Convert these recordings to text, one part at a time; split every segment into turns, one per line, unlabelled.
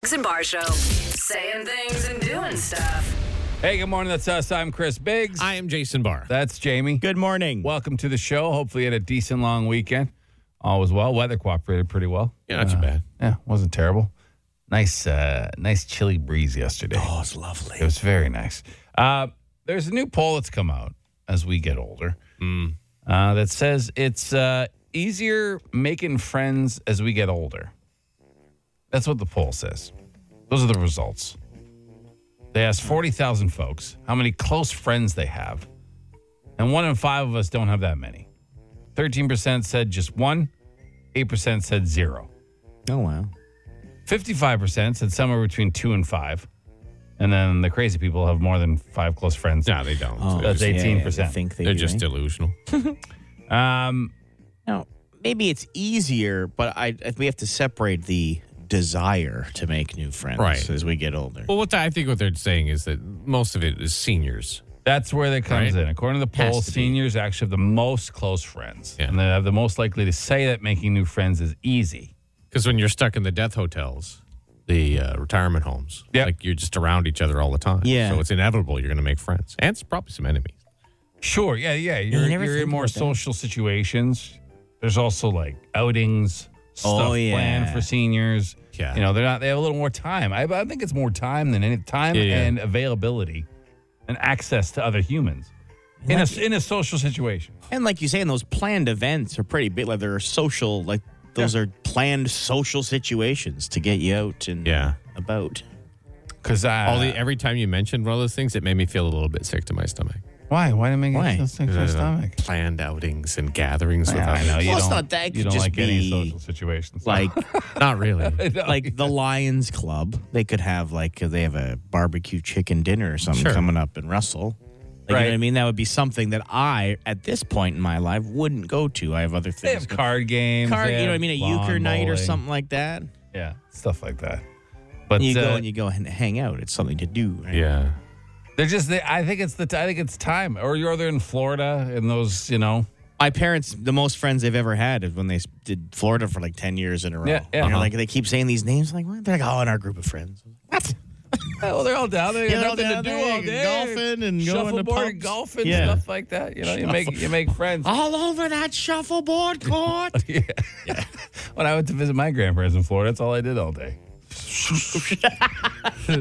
Brooks and Bar Show. Saying things and doing stuff.
Hey, good morning. That's us. I'm Chris Biggs.
I am Jason Barr.
That's Jamie.
Good morning.
Welcome to the show. Hopefully, you had a decent long weekend. All was well. Weather cooperated pretty well.
yeah, not too
Uh,
bad.
Yeah, wasn't terrible. Nice, uh, nice chilly breeze yesterday.
oh, it's lovely.
It was very nice. Uh, there's a new poll that's come out as we get older
Hmm.
uh, that says it's uh, easier making friends as we get older. That's what the poll says. Those are the results. They asked 40,000 folks how many close friends they have. And one in five of us don't have that many. 13% said just one, 8% said zero.
Oh, wow.
55% said somewhere between two and five. And then the crazy people have more than five close friends.
No, they don't. they're
that's
just,
Oh, Yeah, yeah,
18%.
they think they
they're
do,
just
eh?
delusional.
Um,
Now, maybe it's easier, but I, I we have to separate the desire to make new friends
Right.
as we get older.
well, what I think what they're saying is that most of it is seniors.
that's where that comes
Right.
in. According to the
Has
poll,
to be.
seniors actually have the most close friends.
Yeah.
And they have the most likely to say that making new friends is easy.
Because when you're stuck in the death hotels, the uh, retirement homes,
Yep.
like you're just around each other all the time.
Yeah.
So it's inevitable you're going to make friends and it's probably some enemies.
Sure. Yeah. Yeah. You're,
never
you're in
think
more
about that.
social situations. There's also like outings, stuff
Oh,
planned
yeah.
for seniors.
Yeah.
You know, they're not, they have a little more time. I, I think it's more time than any time
Yeah, yeah.
and availability and access to other humans in a, in a social situation.
And like you say, and those planned events are pretty big. Like they're social, like those are planned social situations to get you out and
Yeah.
about.
Cause I, uh,
all the every time you mentioned one of those things, it made me feel a little bit sick to my stomach.
why, why didn't make
Why?
it sick to my stomach?
Planned outings and gatherings. with
I know
others.
you
Well, it's
don't,
not that, it
you
could
don't
just
like any
be,
social situations.
Like
Not really.
No.
like the Lions Club, they could have like they have a barbecue chicken dinner or something
Sure.
coming up in Russell. Like, You know
Right.
what I mean? That would be something that I, at this point in my life, wouldn't go to. I have other
they
things.
have card games,
Card,
they
you
have
know what I mean? A
lawn
euchre night or
bowling.
something like that.
Yeah, stuff like that. But
you
uh,
go and you go and hang out. It's something to do. Right?
yeah.
They're just. They, I think it's the. I think it's time. Or you're there in Florida in those. You know.
My parents, the most friends they've ever had is when they s- did Florida for like 10 years in a row.
Yeah, Uh-huh. yeah.
And they're like, they keep saying these names. Like, what? They're like, oh, in our group of friends. What?
well, they're all down there.
Yeah, they're all down there, golfing and going to
shuffleboard,
pubs.
golfing,
Yeah.
stuff like that. You know, you make you make friends.
All over that shuffleboard court.
When I went to visit my grandparents in Florida, that's all I did all day. so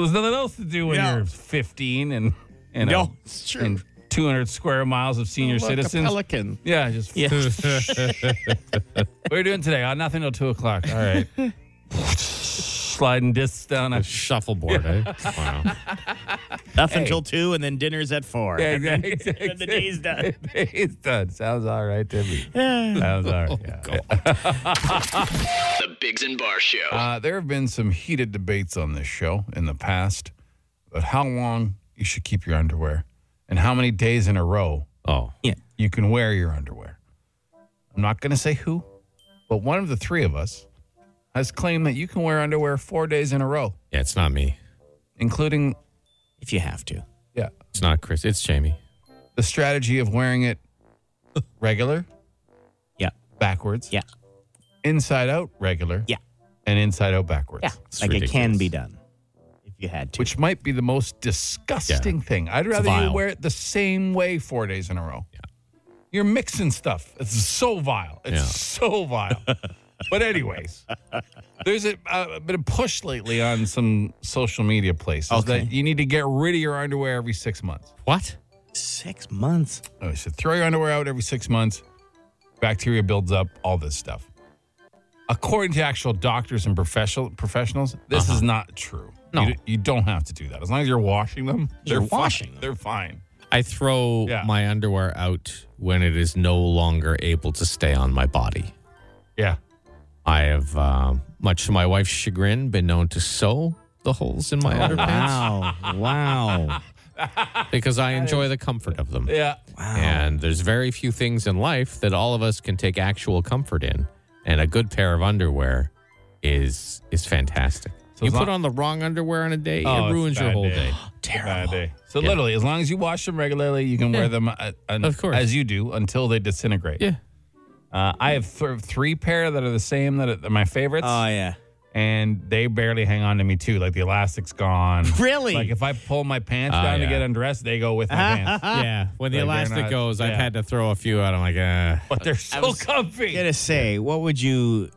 there's nothing else to do when
No.
you're 15 and you know,
No, it's true.
and 200 square miles of senior
Look, a
citizens.
pelican.
Yeah, just
Yeah.
what are you doing today? Uh, nothing till two o'clock. All right. Sliding discs down. I-
Shuffleboard, eh? Wow.
Nothing until two, and then dinner's at four.
Yeah, exactly. exactly.
the day's done.
The day's done. Sounds all right to me. Sounds all right. yeah.
The Biggs and Bar Show.
Uh, there have been some heated debates on this show in the past about how long you should keep your underwear and how many days in a row
Oh.
you can wear your underwear. I'm not going to say who, but one of the three of us has claimed that you can wear underwear four days in a row,
Yeah, it's not me.
including,
If you have to.
yeah,
It's not Chris. It's Jamie.
the strategy of wearing it regular,
Yeah.
backwards,
Yeah.
inside out regular,
Yeah.
and inside out backwards.
Yeah.
It's
like it can
ridiculous.
be done if you had to.
Which might be the most disgusting thing. I'd rather you
vile.
wear it the same way four days in a row. Yeah. You're mixing stuff. It's so vile. It's
Yeah.
so vile. but anyways, there's a, uh, been a push lately on some social media places
Okay.
that you need to get rid of your underwear every six months.
What?
Six months.
Oh, you should throw your underwear out every six months. Bacteria builds up, all this stuff. According to actual doctors and professional professionals, this is not true.
No.
you, d- you don't have to do that as long as you're washing them.
You're
fine.
washing them.
They're fine.
I throw
Yeah.
my underwear out when it is no longer able to stay on my body.
Yeah,
I have, um, much to my wife's chagrin, been known to sew the holes in my
Oh,
underpants
Wow. wow.
because I enjoy the comfort of them.
yeah.
And there's very few things in life that all of us can take actual comfort in, and a good pair of underwear is is fantastic.
So
you
as
put
long-
on the wrong underwear on a day,
Oh,
it
it's
ruins your
bad
whole
day.
day.
Bad day. So literally, as long as you wash them regularly, you can wear them uh, un-
Of course.
as you do until they disintegrate.
Yeah.
Uh, I have th- three pair that are the same that are, that are my favorites.
Oh, yeah.
and they barely hang on to me too. Like the elastic's gone.
Really?
Like if I pull my pants
Ah,
down
yeah.
to get undressed, they go with my pants.
yeah. When the
Like, they're
elastic
not-
goes, I've
yeah.
had to throw a few out. I'm like, uh.
But they're so
was
comfy.
gonna say, what would you,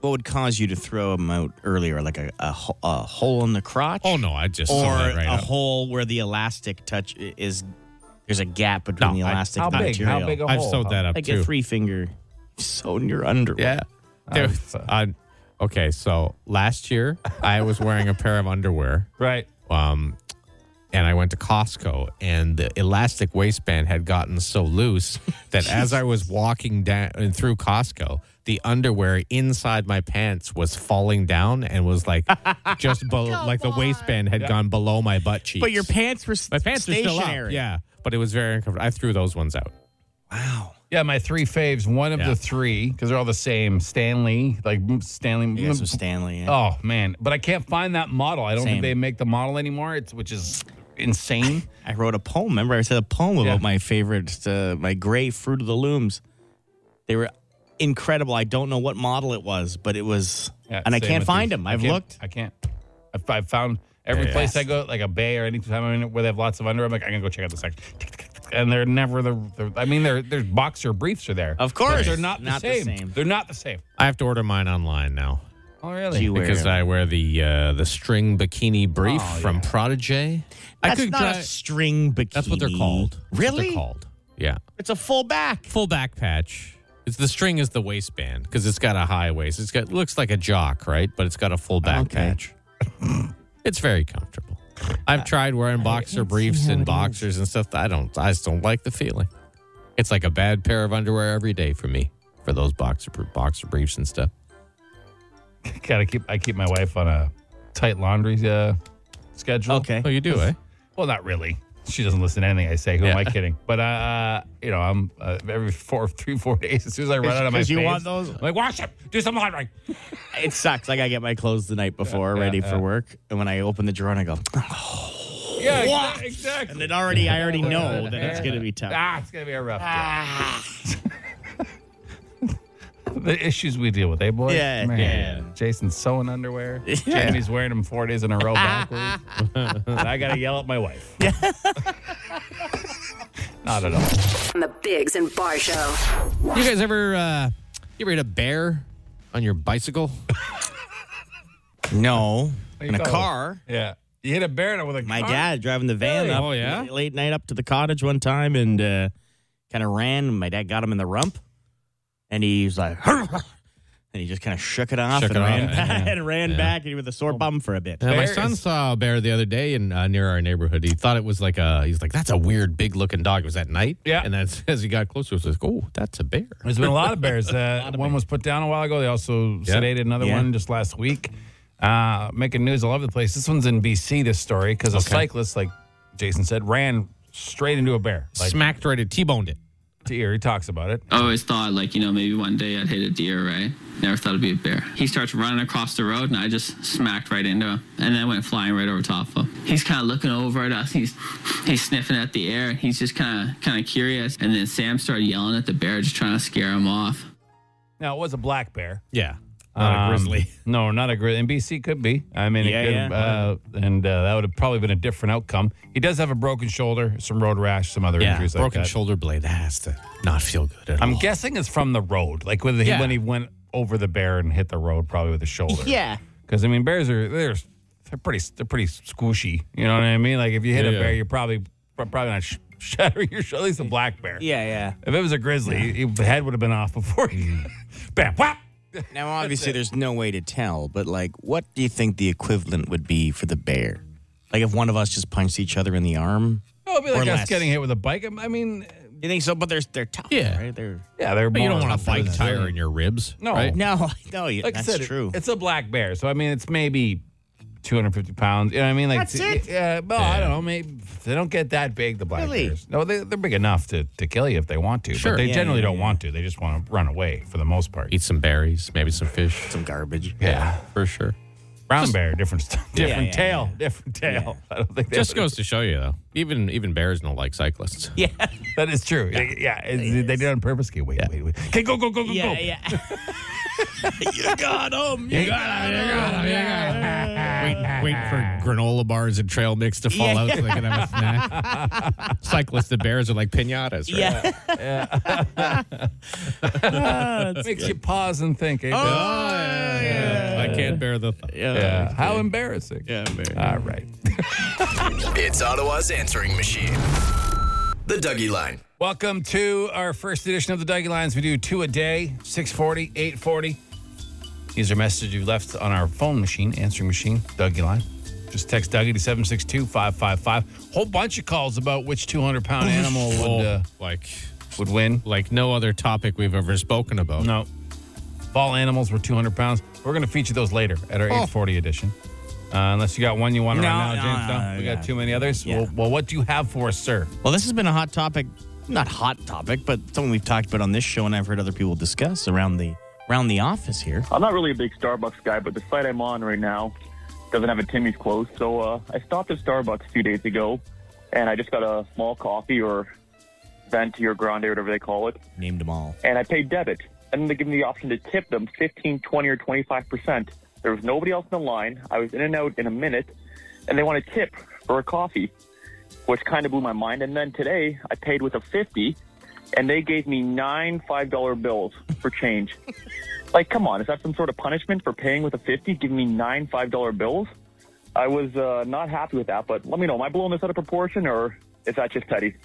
what would cause you to throw them out earlier, like a a, ho- a hole in the crotch?
Oh no, I just
or
saw that right
a
up.
hole where the elastic touch i- is. There's a gap between
No,
the
I-
elastic
How
and the
big?
material.
How big a
I've
hole?
sewed that up
like
too.
a three finger sewn in your underwear.
Yeah. Dude,
so-
I- okay, so last year I was wearing a pair of underwear.
Right.
Um, and I went to Costco, and the elastic waistband had gotten so loose that as I was walking down and through Costco, the underwear inside my pants was falling down and was like just below, like the waistband had gone below my butt cheeks.
But your pants were
my pants are
stationary.
still up, yeah. But it was very uncomfortable. I threw those ones out.
Wow.
Yeah, my three faves. One of
Yeah.
the three because they're all the same. Stanley, like mm, Stanley.
Yeah,
mm,
so Stanley. yeah.
Oh man, but I can't find that model. I don't
Same.
think they make the model anymore. It's which is insane.
I wrote a poem. Remember, I said a poem about my favorite, uh, my gray Fruit of the Looms. They were incredible. I don't know what model it was, but it was,
Yeah,
and I
same
can't
with
find
these.
them.
I
I've
can't-
looked.
I can't. I've, I've found every
Yeah.
place I go, like a bay or anytime I'm in where they have lots of underwear. I'm like, I'm gonna go check out the section. And they're never the. They're, I mean, they're, they're boxer briefs are there.
Of course.
But they're not,
Not
the,
the
same.
same.
They're not the same.
I have to order mine online now.
Oh really?
You wear
because
them.
I wear the uh, the string bikini brief from Prodigy. I
That's not
try-
a string bikini.
That's what they're called. That's what they're
Really?
called. Yeah.
It's a full back.
Full back patch. It's the string is the waistband because it's got a high waist. It's got it looks like a jock, right? But it's got a full back
Okay.
patch. it's very comfortable. I've tried wearing boxer briefs and boxers and stuff. I don't. I just don't like the feeling. It's like a bad pair of underwear every day for me. For those boxer boxer briefs and stuff.
Gotta keep. I keep my wife on a tight laundry uh, schedule.
Okay.
Oh, you do, eh?
Well, not really. She doesn't listen to anything I say. Who am I
Yeah.
kidding? But uh, you know, I'm uh, every four, three, four days. As soon as I run out of my
'cause you
faves,
want those?
I'm like wash it, do some laundry.
It sucks. Like I get my clothes the night before, ready for work, and when I open the drawer, and I go,
Yeah, exa- exactly.
and it already, I already know that it's
Yeah.
gonna be tough.
Ah, it's gonna be a rough. day. the issues we deal with, eh, boys?
Yeah,
Man.
yeah.
Jason's sewing underwear. Jamie's wearing them four days in a row backwards. and I gotta yell at my wife. Not at all.
On the Bigs and Bar Show.
You guys ever uh, you ever hit a bear on your bicycle?
No, in a
thought-
car.
Yeah, you hit a bear with a
My
car?
dad driving the van
Really?
up
Oh, yeah?
late night up to the cottage one time and uh, kind of ran. My dad got him in the rump, and he was like, and he just kind of shook it off
Shook
and
it off,
ran
yeah,
back and ran back and he with a sore bum for a bit.
Uh, my
Bear
son
is-
saw a bear the other day in uh, near our neighborhood. He thought it was like a he's like that's a weird big looking dog. It was at night.
Yeah.
And that's as he got closer, it was like oh that's a bear.
There's been a lot of bears. Uh, one was put down a while ago. They also
Yeah.
sedated another
Yeah.
one just last week. Uh, making news all over the place. This one's in BC. This story because a cyclist, like Jason said, ran straight into a bear. Like
Smacked right at T-boned it.
to ear, he talks about it.
I always thought, like, you know, maybe one day I'd hit a deer, right? Never thought it'd be a bear. He starts running across the road, and I just smacked right into him, and then went flying right over top of him. He's kind of looking over at us. He's he's sniffing at the air. He's just kind of kind of curious. And then Sam started yelling at the bear, just trying to scare him off.
Now it was a black bear,
Yeah.
Um, No, not a grizzly. And BC could be. I mean,
Yeah,
it could,
yeah.
Uh, and uh, that would have probably been a different outcome. He does have a broken shoulder, some road rash, some other
yeah.
injuries like
Broken
that.
shoulder blade. That has to not feel good at
I'm
all.
guessing it's from the road, like with he,
Yeah.
when he went over the bear and hit the road, probably with his shoulder.
Yeah.
Because I mean, bears are they're they're pretty they're pretty squishy. You know what I mean? Like if you hit a
Yeah.
bear, you're probably probably not sh- shattering your shoulder. At least a black bear.
Yeah, yeah.
If it was a grizzly, your head would have been off before. You, bam, whap.
Now, obviously, there's no way to tell, but like, what do you think the equivalent would be for the bear? Like, if one of us just punched each other in the arm?
Oh, it'd be like
Or
us
less.
getting hit with a bike. I mean,
You think so? But they're they're tough,
Yeah.
right? They're
yeah, they're.
But you don't
more-
want a bike tire in your ribs.
No.
Right?
no, no. yeah,
Like
that's
I said, it-
true.
It's a black bear, so I mean, it's maybe 250 pounds. You know what I mean? Like,
That's it?
Yeah, well, I don't know. Maybe they don't get that big. The black
Really?
bears. No, they, they're big enough to, to kill you if they want to.
Sure.
but they
Yeah,
generally don't want to. They just want to run away for the most part.
Eat some berries, maybe some fish.
Some garbage.
Yeah,
For sure.
brown bear, different, st- different
yeah,
tail, different tail. I don't think they
Just
would-
goes to show you though. Even even bears don't like cyclists.
Yeah,
Oh. That is true. Yeah, yeah, it- they did it on purpose. Okay, wait, wait, wait. Okay, go, go, go, go, go.
yeah, yeah. you got
You got him,
him.
you got him, you got him. Wait, wait
Uh-huh.
for granola bars and trail mix to fall out so they can have a snack. Cyclists, the bears are like pinatas. Right?
Yeah.
Makes you pause and think. eh,
Oh,
Bill?
Oh,
I can't bear the thought.
yeah. Uh, How embarrassing.
Yeah, very.
All right.
It's Ottawa's answering machine. The Dougie Line.
Welcome to our first edition of the Dougie Lines. We do two a day, 640, 840. These are messages you left on our phone machine, answering machine, Dougie Line. Just text Dougie to 762 555. Whole bunch of calls about which 200 pound animal would, uh,
Like,
would win.
like no other topic we've ever spoken about.
No. If all animals were 200 pounds, we're going to feature those later at our 840 edition. Uh, unless you got one you want to
Oh. No,
run now,
no,
James. No,
no,
we
yeah.
got too many others.
Yeah.
Well, well, what do you have for us, sir?
Well, this has been a hot topic, not hot topic, but something we've talked about on this show and I've heard other people discuss around the around the office here.
I'm not really a big Starbucks guy, but the site I'm on right now doesn't have a Timmy's close. So uh, I stopped at Starbucks a few days ago, and I just got a small coffee or venti or grande, whatever they call it,
Named them all.
and I paid debit. And then they give me the option to tip them 15, 20, or 25 percent. There was nobody else in the line. I was in and out in a minute, and they want a tip for a coffee, which kind of blew my mind. And then today I paid with a 50, and they gave me nine five dollar bills for change. Like, come on, is that some sort of punishment for paying with a 50, giving me nine $5 bills? I was uh, not happy with that, but let me know. Am I blowing this out of proportion or is that just petty?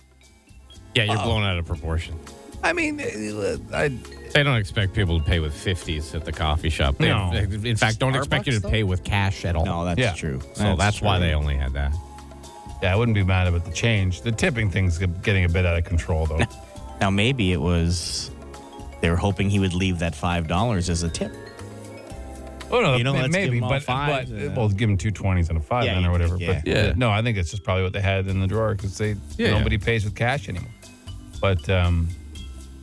Yeah, you're blown out of proportion.
I mean, uh, I,
They don't expect people to pay with 50s at the coffee shop. They,
No.
they- in fact, don't expect you to pay with cash at all.
No, that's
Yeah.
true.
so that's, why
true.
they only had that.
yeah, I wouldn't be mad about the change. The tipping thing's getting a bit out of control, though.
Now maybe it was they were hoping he would leave that five dollars as a tip.
Oh no,
You know,
may-
let's give
maybe,
'em all
but,
fives,
but
uh,
well, give them two twenties and a five
Yeah,
then or
you
whatever.
think,
But
yeah.
yeah. no, I think it's just probably what they had in the drawer because they
Yeah,
nobody
yeah.
pays with cash anymore. But um,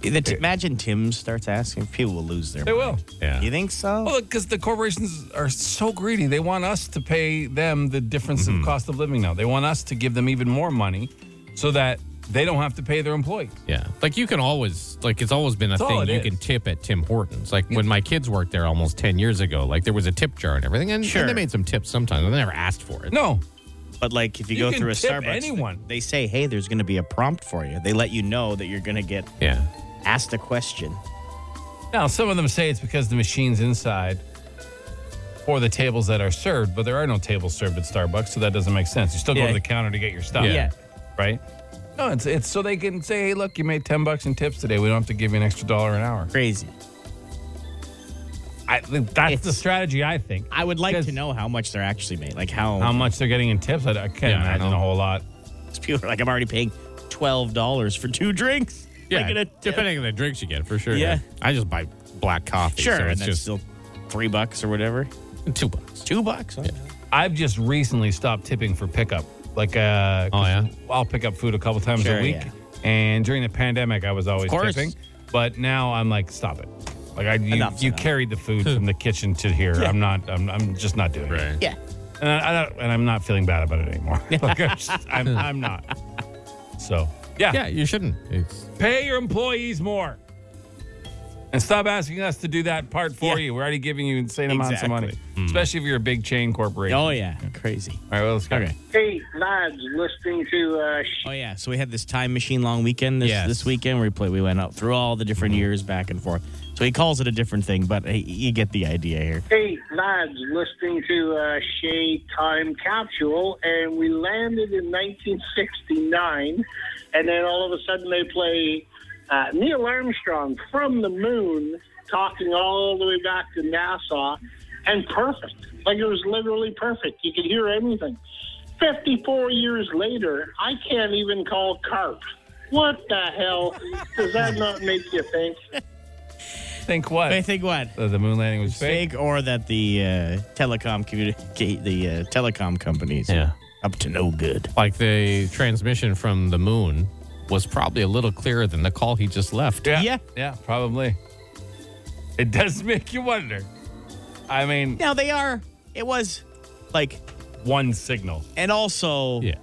The t- imagine Tim starts asking, people will lose their
they will.
Yeah.
You think so?
Well, because the corporations are so greedy, they want us to pay them the difference of cost of living. Now they want us to give them even more money, so that they don't have to pay their employees.
Yeah. Like you can always like it's always been a
It's all
thing
it
you
is.
can tip at Tim Hortons. Like when my kids worked there almost 10 years ago, like there was a tip jar and everything and, and
Sure.
they made some tips sometimes. and They never asked for it.
No,
But like if you,
You
go
can
through a
tip
Starbucks,
anyone.
they say, "Hey, there's going to be a prompt for you." They let you know that you're going to get
Yeah.
asked a question.
Now, some of them say it's because the machines inside or the tables that are served, but there are no tables served at Starbucks, so that doesn't make sense. You still go
Yeah.
to the counter to get your stuff.
Yeah.
Yeah.
Right? No, it's it's so they can say, hey, look, you made ten bucks in tips today. We don't have to give you an extra dollar an hour.
Crazy.
I think that's the
It's-
strategy I think.
I would like
Because-
to know how much they're actually made. Like how,
How much they're getting in tips, I, I can't
Yeah, I
imagine
know.
a whole lot.
much people are like, I'm already paying twelve dollars for two drinks.
Yeah.
Like, in a tip.
Depending on the drinks you get, for sure.
Yeah.
I just buy black coffee.
Sure,
So
and
it's
that's
just
still three bucks or whatever.
2 bucks.
Two bucks. okay.
I've just recently stopped tipping for pickup. Like, uh, 'cause
Oh, yeah?
I'll pick up food a couple times
Sure,
a week.
yeah.
And during the pandemic, I was always
course.
tipping. But now I'm like, stop it. Like, I, you,
Enough's
you
enough.
carried the food from the kitchen to here. I'm not, I'm, I'm just not doing it.
Right.
Yeah.
And, I, I don't, and I'm not feeling bad about it anymore. like, I'm, just, I'm, I'm not. So, yeah.
Yeah, you shouldn't. It's
Pay your employees more. And stop asking us to do that part for
Yeah.
you. We're already giving you insane amounts of money, especially if you're a big chain corporation.
Oh yeah. Crazy.
All right, well, let's go.
Okay.
Hey, lads, listening to uh, sh-
Oh yeah. So we had this time machine long weekend. This
Yes.
this weekend where we played. We went up through all the different years back and forth. So he calls it a different thing, but hey, you get the idea here.
hey lads, listening to uh, Shea Time Capsule, and we landed in 1969, and then all of a sudden they play uh, Neil Armstrong from the moon, talking all the way back to NASA, and perfect. Like it was literally perfect. You could hear everything. 54 years later, I can't even call carp. What the hell? Does that not make you think?
Think what?
I think what
Uh, the moon landing was fake.
fake or that the uh, telecom communica- the uh, telecom companies
Yeah.
up to no good.
like the transmission from the moon was probably a little clearer than the call he just left.
Yeah.
Yeah, probably. It does make you wonder. I mean,
Now they are. It was like,
one signal.
and also
Yeah.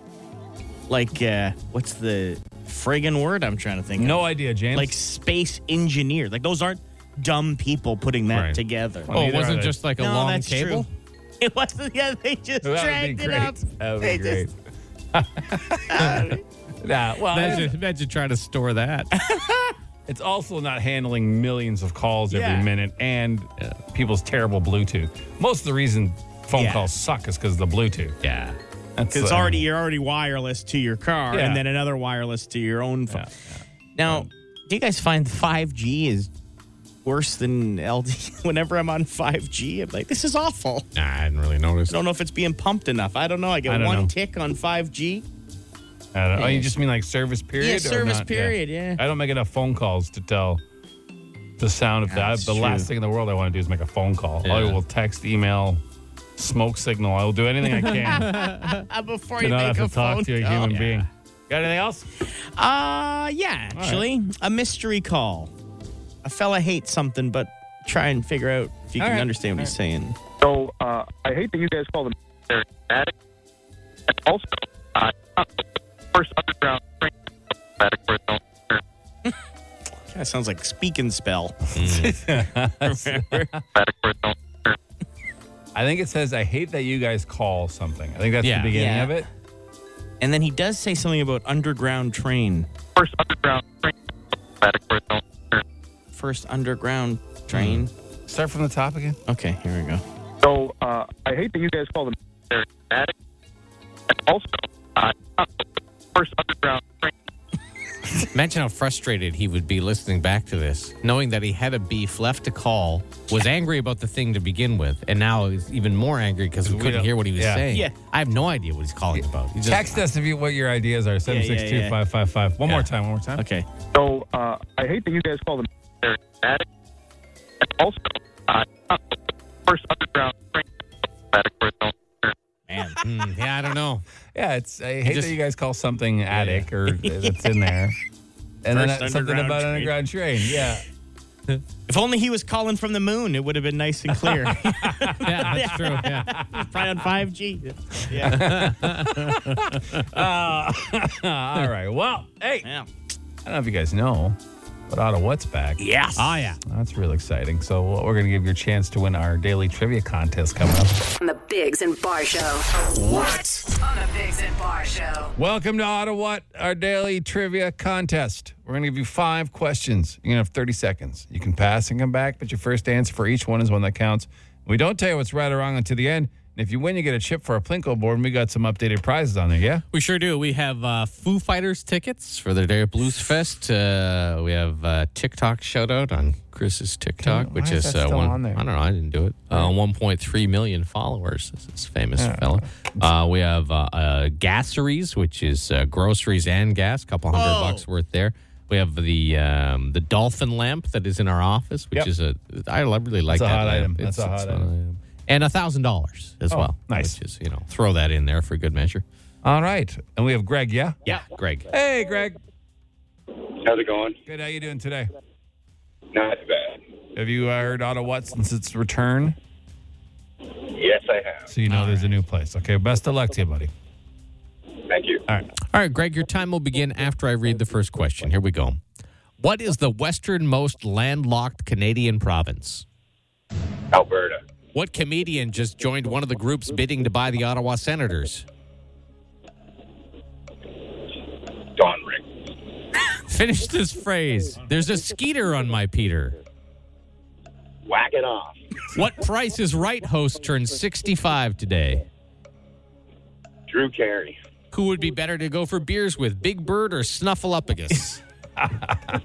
like uh, what's the friggin' word I'm trying to think of?
No idea, James.
like space engineer. Like those aren't dumb people putting that
Right.
together.
Oh, it
Neither
wasn't
are they.
just like a
No,
long
that's
cable?
true. It wasn't. Yeah, they just
That would
dragged
be
it
great.
up.
That would
They
be great. nah, well,
Imagine, imagine trying to store that.
It's also not handling millions of calls
Yeah.
every minute and uh, people's terrible Bluetooth. Most of the reason phone
Yeah.
calls suck is because of the Bluetooth.
yeah.
That's,
because
uh,
already you're already wireless to your car,
Yeah.
and then another wireless to your own phone. Now, do you guys find 5G is worse than LTE? Whenever I'm on 5G, I'm like, this is awful.
Nah, I didn't really notice.
I don't know if it's being pumped enough. I don't know. I
I
get
don't
one
know.
tick on 5G.
I don't- oh, you just mean like service period? or
service
not?
period, yeah.
I don't make enough phone calls to tell the sound of that.
that's
The
true.
last thing in the world I want to do is make a phone call. I
Yeah.
will text, email, smoke signal. I will do anything I can
Uh, before
to
you
not
make
have
a
to talk
phone
to a
call.
human being. Got anything else?
Uh, yeah, actually, a mystery call. A fella hates something, but try and figure out if you
All
can
right,
understand what he's saying.
So uh, I hate that you guys call them addicts. And also, uh, first underground train addict for its own
That sounds like speak and spell.
addict for its own.
I think it says, I hate that you guys call something. I think that's
Yeah.
the beginning
Yeah.
of it.
And then he does say something about underground train.
First underground train addict for its own.
First underground train.
Hmm.
Start from the top again.
Okay, here we go.
So uh, I hate that you guys call them addicts. And also, uh, first underground train
Imagine how frustrated he would be listening back to this, knowing that he had a beef left to call, was angry about the thing to begin with, and now he's even more angry because we
We
couldn't
don't-
hear what he was
yeah.
saying.
Yeah.
I have no idea what he's calling about. He just-
Text us if you what your ideas are. Seven six two five five five. One
Yeah.
more time. One more time.
Okay.
So uh, I hate that you guys call them addicts. And also, uh, first uh, underground train addict for its own.
Man.
Mm, yeah, I don't know.
Yeah, it's I hate
just-
that you guys call something attic or that's in there, and then
First
that's something
underground
about
train.
underground train. Yeah,
if only he was calling from the moon, it would have been nice and clear.
Yeah, that's true. Yeah.
Probably on 5G.
All right. Well, hey, I
Yeah.
don't know if you guys know, but Ottawa What's back.
Yes.
Oh, yeah.
That's real exciting. So well, we're gonna give you a chance to win our daily trivia contest coming up.
On the Bigs and Bar Show. What? On the Bigs and Bar Show.
Welcome to Ottawa, our daily trivia contest. We're going to give you five questions. You're going to have 30 seconds. You can pass and come back, but your first answer for each one is one that counts. We don't tell you what's right or wrong until the end. And if you win, you get a chip for our Plinko board, and we got some updated prizes on there, yeah?
We sure do. We have uh, Foo Fighters tickets for the Day of Blues Fest. Uh, we have uh, TikTok shout out on Chris's TikTok,
Why
which
is
is,
that
uh,
still
one.
on there?
I don't know. I didn't do it. Uh, 1.3 million followers. This is famous fella. Uh, we have uh, uh, Gasseries, which is uh, groceries and gas, couple hundred
Whoa.
bucks worth there. We have the um, the dolphin lamp that is in our office, which
Yep.
is a I really like
It's a
that
hot
lamp.
item. That's a hot item. Oh,
And a thousand dollars as well.
nice.
Which is you know throw that in there for good measure.
All right. And we have Greg, yeah?
Yeah, Greg.
Hey, Greg.
How's it going?
Good. How you doing today?
Not bad.
Have you uh, heard Ottawa What since its return?
Yes, I have.
So you know there's a new place. Okay, best of luck to you, buddy.
Thank you.
All right, Greg, your time will begin after I read the first question. Here we go. What is the westernmost landlocked Canadian province?
Alberta.
What comedian just joined one of the groups bidding to buy the Ottawa Senators?
Don Rick.
Finish this phrase. There's a skeeter on my Peter.
Whack it off.
What price is right host turned 65 today?
Drew Carey.
Who would be better to go for beers with, Big Bird or Snuffleupagus?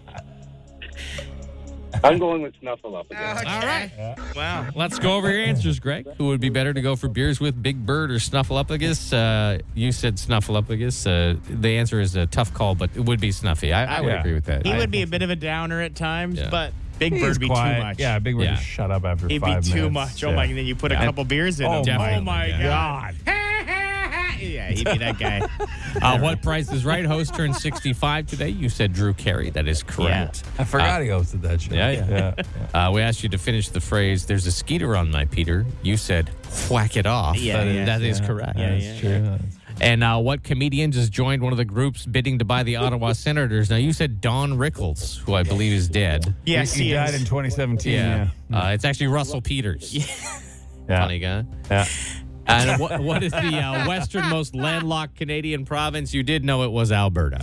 I'm going with Snuffle up again.
All right.
Wow.
Let's go over your answers, Greg. Who would be better to go for beers with, Big Bird or Snuffleupagus? Uh, you said Snuffleupagus. Uh, the answer is a tough call, but it would be Snuffy. I, I would
Yeah.
agree with that.
He
I-
would be a bit of a downer at times,
Yeah.
but Big Bird
He's
would be
quiet.
too much.
Yeah, Big Bird
Yeah.
just shut up after
He'd be
five minutes.
too much. Oh
Yeah.
my! And then you put a
Yeah.
couple beers in
Oh
him.
my
oh my
God.
god! yeah, he'd be that guy.
uh, what price is right? Host turned 65 today. You said Drew Carey. That is correct.
I forgot
Uh,
he hosted that show.
Yeah, yeah.
yeah.
Uh, we asked you to finish the phrase, there's a skeeter on my Peter. You said, whack it off.
Yeah,
That-
yeah,
that is correct.
Yeah,
That's true. That's-
And uh, what comedian just joined one of the groups bidding to buy the Ottawa Senators? Now, you said Don Rickles, who I believe is dead.
Yes,
he
he
died in
is.
2017. Yeah.
Uh, it's actually Russell Peters.
Yeah.
Funny guy.
Yeah.
And what, what is the uh, westernmost landlocked Canadian province? You did know it was Alberta.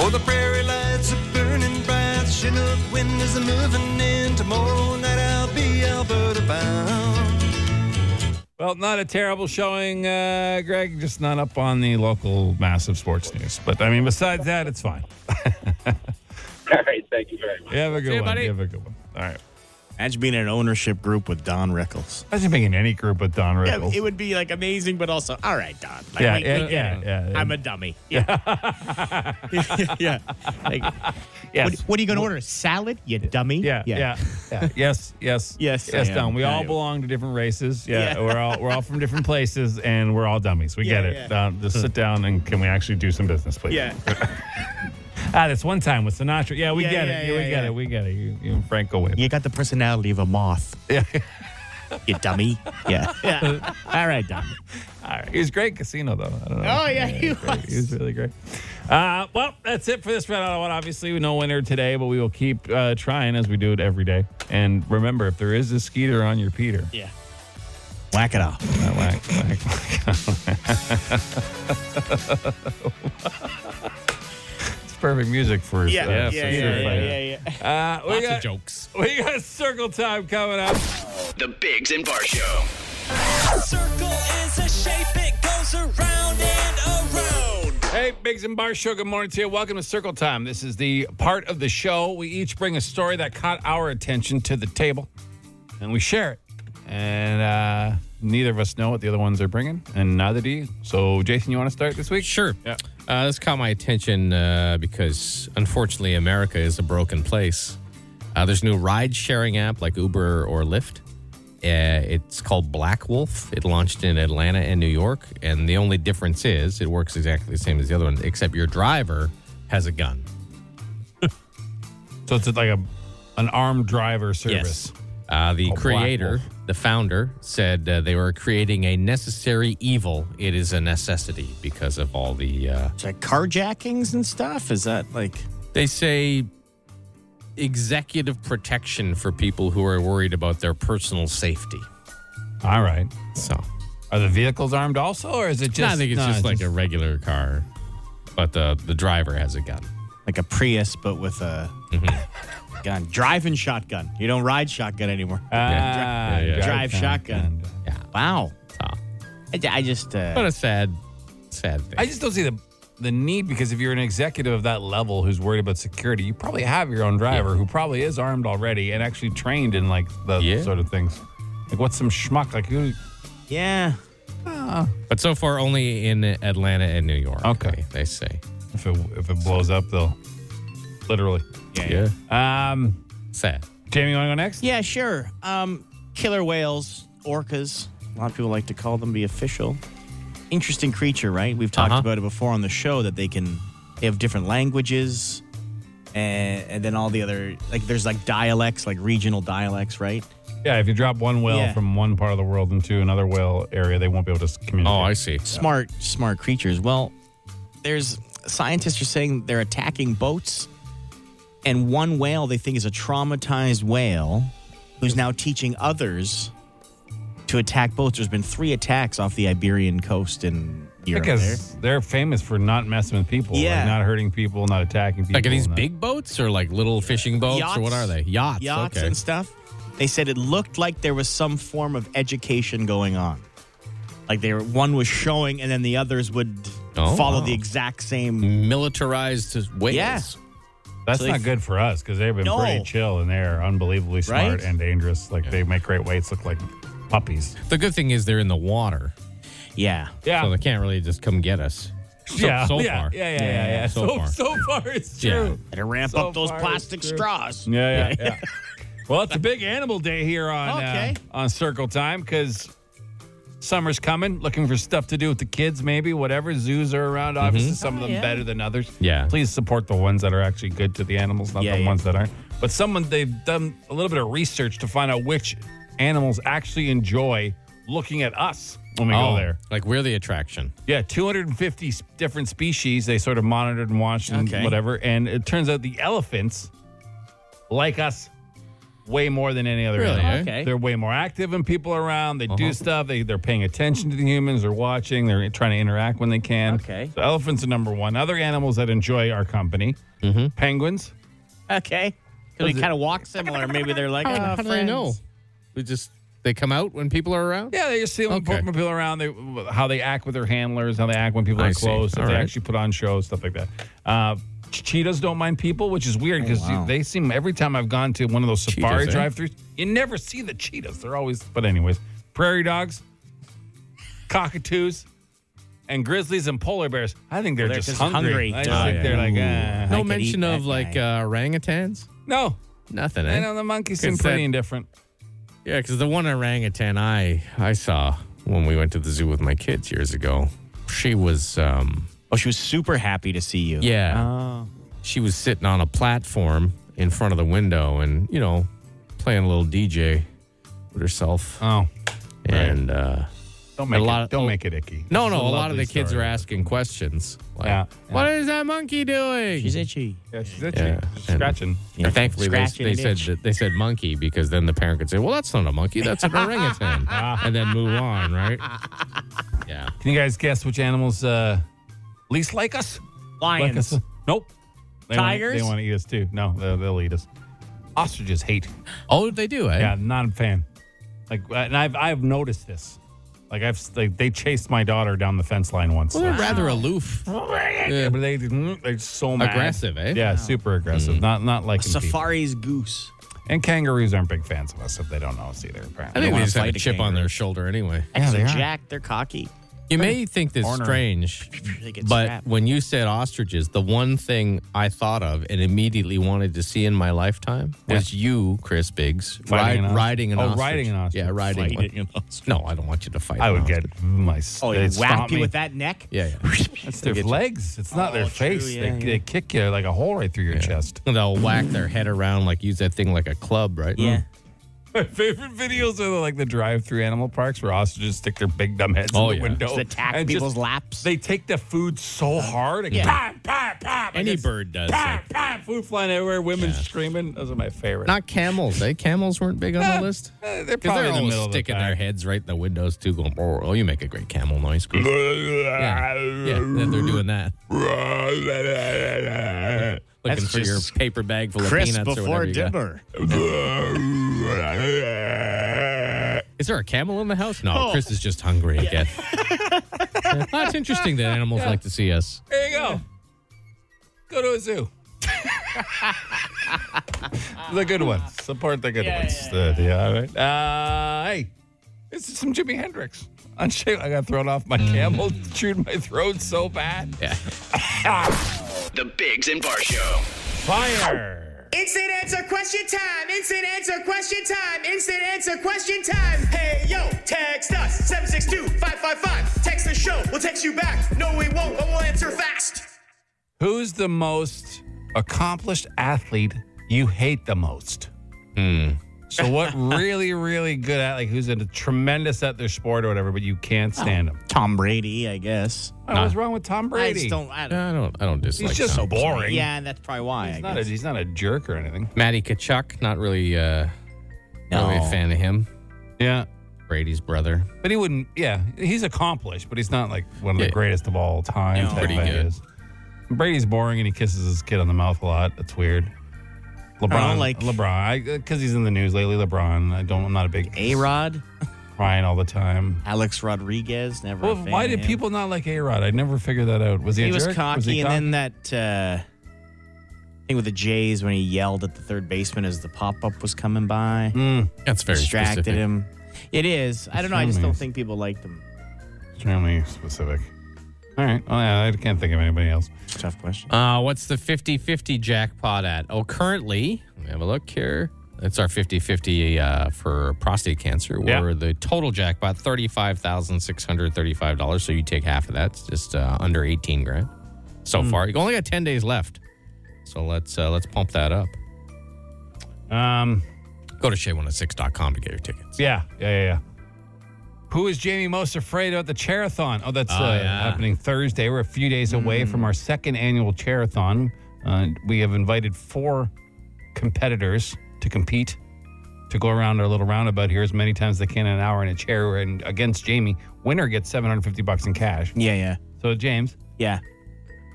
Oh, the prairie lights are burning bright. Chinook wind is moving in. Tomorrow night I'll be Alberta bound.
Well, not a terrible showing, uh, Greg. Just not up on the local massive sports news. But I mean, besides that, it's fine.
All right, thank you very much.
You have a good
you,
one.
buddy.
You have a good one. All right.
Imagine being in an ownership group with Don Rickles.
Imagine being in any group with Don
Yeah,
Rickles.
it would be like amazing, but also, all right, Don. Like,
Yeah,
we- we
yeah,
get
yeah,
it.
yeah.
I'm a dummy. Yeah. yeah. Like,
Yes.
what, what are you going to order? Salad, you dummy?
Yeah, yeah, yeah, Yes, yes,
Yes,
yes.
I am.
Don, we
Yeah,
all
yeah.
belong to different races. Yeah,
Yeah.
we're all we're all from different places, and we're all dummies. We
Yeah,
get it.
yeah.
Don, just sit down and can we actually do some business, please?
Yeah.
Ah, this one time with Sinatra. Yeah, we
Yeah,
get
yeah,
it. Yeah, we
yeah,
get
yeah.
it. We get it. You, you and Franco wave.
You got the personality of a moth.
Yeah.
You dummy. Yeah. yeah. All right, Don.
All right. He was great casino though. I don't know.
Oh, yeah, he
was great. He
was.
was really great. Uh, well, that's it for this round. One. Obviously, we no winner today, but we will keep uh, trying as we do it every day. And remember, if there is a skeeter on your Peter,
Yeah. Whack it off.
uh, whack, whack, whack. it's perfect music for
Yeah.
uh,
Yeah,
for
yeah,
sure.
yeah, yeah, yeah, yeah.
Uh, we
Lots
got
of jokes.
we got circle time coming up.
The Bigs and Bar Show.
Circle is a shape, it goes around and around.
Hey, Biggs and Bar Show, good morning to you. Welcome to Circle Time. This is the part of the show. We each bring a story that caught our attention to the table and we share it. And uh, neither of us know what the other ones are bringing, and neither do you. So, Jason, you want to start this week?
Sure.
Yeah.
Uh, this caught my attention uh, because, unfortunately, America is a broken place. Uh, there's a new ride sharing app like Uber or Lyft. Uh, it's called Black Wolf. It launched in Atlanta and New York. And the only difference is it works exactly the same as the other one, except your driver has a gun.
So, it's like a an armed driver service.
Uh, the
Called Oh, Black
creator,
Wolf.
the founder, said uh, they were creating a necessary evil. It is a necessity because of all the. Uh,
It's like carjackings and stuff. Is that like.
They say executive protection for people who are worried about their personal safety.
All right.
So
Are the vehicles armed also, or is it just.
I think it's
no,
just like a regular car, but the the driver has a gun.
like a Prius, but with a gun. Driving shotgun. You don't ride shotgun anymore.
Uh,
Ah,
Yeah, yeah, yeah.
Drive shotgun.
Yeah,
Wow.
so
I, I just.
but
Uh,
a sad, sad thing.
I just don't see the the need because if you're an executive of that level who's worried about security, you probably have your own driver who probably is armed already and actually trained in like the
Yeah.
sort of things. Like what's some schmuck like who?
yeah.
but so far, only in Atlanta and New York.
Okay.
they, they say.
If it if it blows up, they'll literally.
yeah.
Um,
sad.
Jamie, you want to go next?
Yeah, sure. Um, killer whales, orcas. A lot of people like to call them the official. Interesting creature, right? We've talked
Uh-huh.
about it before on the show that they can they have different languages and, and then all the other like there's like dialects, like regional dialects, right?
Yeah. If you drop one whale
Yeah.
from one part of the world into another whale area, they won't be able to communicate.
Oh, I see.
smart smart creatures well there's scientists are saying they're attacking boats and one whale they think is a traumatized whale who's now teaching others to attack boats there's been three attacks off the iberian coast in Europe there.
because they're famous for not messing with people, like,
Yeah.
not hurting people, not attacking people.
Like are these
not-
big boats or like little fishing boats or what
Yachts.
are they? Yachts.
yachts
okay.
and stuff they said it looked like there was some form of education going on like they were, one was showing and then the others would
Oh,
follow
wow.
the exact same
Militarized whales.
Yeah.
That's
So they
not
f-
good for us because they've been
No.
pretty chill and they're unbelievably smart
Right?
and dangerous. Like they make great weights look like puppies.
The good thing is they're in the water.
yeah
Yeah.
So they can't really just come get us. So,
yeah,
so
yeah,
far.
Yeah, yeah, yeah, yeah.
So, far.
so far it's
Yeah.
true.
Better ramp
So
up those
far,
plastic
it's true.
straws.
Yeah, yeah, yeah. well, it's a big animal day here on uh,
Okay.
on Circle Time because summer's coming. Looking for stuff to do with the kids, maybe whatever zoos are around. Obviously, some
Oh,
of them better than others.
Mm-hmm. Yeah.
Please support the ones that are actually good to the animals, not
Yeah,
the
yeah.
ones that aren't. But someone they've done a little bit of research to find out which animals actually enjoy looking at us when we
Oh.
go there.
Oh. Like we're the attraction.
Yeah, 250 s- different species they sort of monitored and watched and
Okay.
whatever. And it turns out the elephants like us way more than any other
Really,
animal.
eh? Okay. Uh-huh.
They're way more active when people are around. They do stuff. They, they're paying attention to the humans. They're watching. They're trying to interact when they can.
Okay.
So elephants are number one. Other animals that enjoy our company
Mm-hmm.
penguins.
Okay. Because we kind of walk similar. Maybe they're like,
How,
"Ah,
how do they
friends."
know? We just they come out when people are around.
Yeah, they just see them
Okay.
put people around. They how they act with their handlers, how they act when people
I
are
see.
close, if
All
they
right.
actually put on shows, stuff like that. Uh, ch- cheetahs don't mind people, which is weird because
wow.
they seem every time I've gone to one of those safari
Oh, Cheetahs, eh?
drive-throughs, you never see the cheetahs. They're always, but anyways, prairie dogs, cockatoos. And grizzlies and polar bears, I think they're,
They're
just,
just
hungry.
hungry.
I
Oh,
think
yeah. Mm.
they're like, ah.
No
could
mention
eat
of
that
like
guy.
uh, orangutans.
no.
Nothing. Eh?
I know the monkeys seem
It's
pretty
that-
indifferent.
Yeah, because the one orangutan I I saw when we went to the zoo with my kids years ago, she was um
Oh, she was super happy to see you.
yeah she was sitting on a platform in front of the window and you know playing a little DJ with herself
Oh,
and uh,
don't make
A lot
it.
of- oh.
Don't make it icky.
no
It's
no a lot of
lovely
the kids
story.
are asking questions like
Yeah, yeah.
what is that monkey doing?
She's itchy.
Yeah, she's itchy.
Yeah,
She's
and-
scratching.
And thankfully, they,
Scratching
they
an
said
itch.
that they said monkey because then the parent could say, "Well, that's not a monkey, that's an orangutan," and then move on, right? Yeah.
Can you guys guess which animals uh, least like us? Like
Lions.
us? Nope. They wanna-
Tigers?
they want to eat us too. No, they'll, they'll eat us. Ostriches hate.
Oh, they do, eh?
Yeah, not a fan. Like, uh, and I've I've noticed this. Like I've like they chased my daughter down the fence line once.
Well, they're rather aloof.
yeah, but they they're so mad.
Aggressive, eh?
Yeah, super aggressive.
Mm.
Not not like
Safari's goose.
And kangaroos aren't big fans of us if they don't know us either.
I
Apparently,
think they
wanna
just have a
fight a
chip on their shoulder anyway.
Yeah,
they are.
Jack, they're cocky.
You may think this
Ornery.
strange,
They get
but
strapped.
when you said ostriches, the one thing I thought of and immediately wanted to see in my lifetime was you, Chris Biggs,
Fighting an ostr-
riding an
Oh,
ostrich.
riding an ostrich.
Yeah, riding one.
Fighting an ostrich.
No, I don't want you to fight.
I
an
would
ostrich.
get my
Oh,
they'd
they
stomp
whack you
me.
with that neck?
Yeah, yeah.
It's their legs. It's not their
Oh, true,
face.
yeah,
they,
yeah.
they kick you like a hole right through your chest.
They'll whack their head around, like use that thing like a club, right?
Yeah.
My favorite videos are like the drive-through animal parks where ostriches stick their big dumb heads
Oh,
in the
yeah.
window
Just attack
and
people's
just-
laps.
They take the food so hard. Like,
Yeah.
Pah, pah, pah,
Any
like,
bird does.
Pah,
Like,
pah, food flying everywhere. Women screaming. Those are my favorite.
not camels, eh? Camels weren't big on
Yeah.
the list.
Eh, they're
Because
probably
they're
in the
always
middle of the
sticking their
pack.
heads right in the windows too, going, "Oh, oh, you make a great camel noise." Chris." yeah, yeah, then they're doing that. Looking
That's
for your
just
paper bag full
Chris
of peanuts or
before
whatever you got.
dinner.
Is there a camel in the house? No,
Oh.
Chris is just hungry again. yeah. Well, it's interesting that animals like to see us.
There you go. Go to a zoo. the good ones. Support the good ones. Uh, Yeah, all right. Uh, hey, this is some Jimi Hendrix. On shape, I got thrown off my camel, chewed my throat so bad.
Yeah.
The Bigs and Bar Show.
Fire.
Instant answer question time. Instant answer question time. Instant answer question time. Hey yo, text us 762-555. Text the show. We'll text you back. No, we won't, but we'll answer fast.
Who's the most accomplished athlete you hate the most? Hmm. So what really, really good at like who's a tremendous at their sport or whatever, but you can't stand him?
Tom Brady, I guess.
What's Oh. wrong with Tom
I
Brady?
just don't. I don't
I don't. I don't dislike.
He's just
them.
boring.
yeah, and that's probably why. I
He's not, a,
guess.
he's not a jerk or anything.
Matty Kachuk. Not really. Uh, Not really a fan of him.
Yeah.
Brady's brother.
But he wouldn't, yeah, he's accomplished, but he's not like one of the
Yeah.
greatest of all time.
No.
type
Pretty
of
good.
guys. Brady's boring and he kisses his kid on the mouth a lot. That's weird. LeBron,
like-
LeBron, because he's in the news lately. LeBron, I don't, I'm not a big
A Rod,
crying all the time.
Alex Rodriguez, never. a
Well,
fan
why
of
did
him.
people not like A Rod? I never figured that out. Was he?
He
a
was
jerk?
cocky,
he cocky?
and then that uh, thing with the Jays when he yelled at the third baseman as the pop up was coming by,
That's Mm. very
distracted
specific.
him. It is. I don't know. I just
Extremely.
don't think people liked him.
extremely specific. All right. Well, yeah, I can't think of anybody else.
Tough question.
Uh, what's the 50 50 jackpot at? Oh, currently, let me have a look here. It's our 50 50 uh, for prostate cancer,
Yeah.
where the total jackpot $35,635. So you take half of that. It's just uh, under 18 grand so far. You only got 10 days left. So let's uh, let's pump that up.
Um.
oh Go to shay106.com to get your tickets.
Yeah, yeah, yeah. yeah. Who is Jamie most afraid of at the Charathon? Oh, Hmm. that's
Oh,
uh,
yeah.
happening Thursday. We're a few days away from our second annual Charathon. Uh, we have invited four competitors to compete to go around our little roundabout here as many times as they can in an hour in a chair and against Jamie. Winner gets 750 bucks in cash.
Yeah, yeah.
So, James,
Yeah.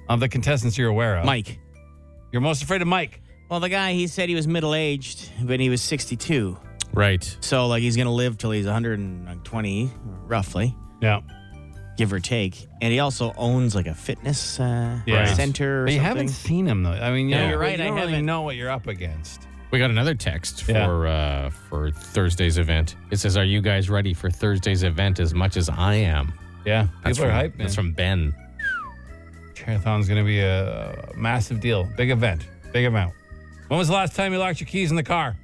of the contestants you're aware of,
Mike.
You're most afraid of Mike.
Well, the guy, he said he was middle aged, but he was 62.
Right.
So, like, he's going to live till he's 120, roughly,
Yeah.
give or take. And he also owns, like, a fitness uh,
Yeah.
center or
But you
something.
haven't seen him, though. I mean, you
No,
know,
you're right,
You
I
don't really
haven't.
know what you're up against.
We got another text for
Yeah.
uh, for Thursday's event. It says, "Are you guys ready for Thursday's event as much as I am?"
Yeah.
That's
people
from,
are hyped, man.
That's from Ben.
Charathon's going to be a a massive deal, big event, big event. When was the last time you locked your keys in the car?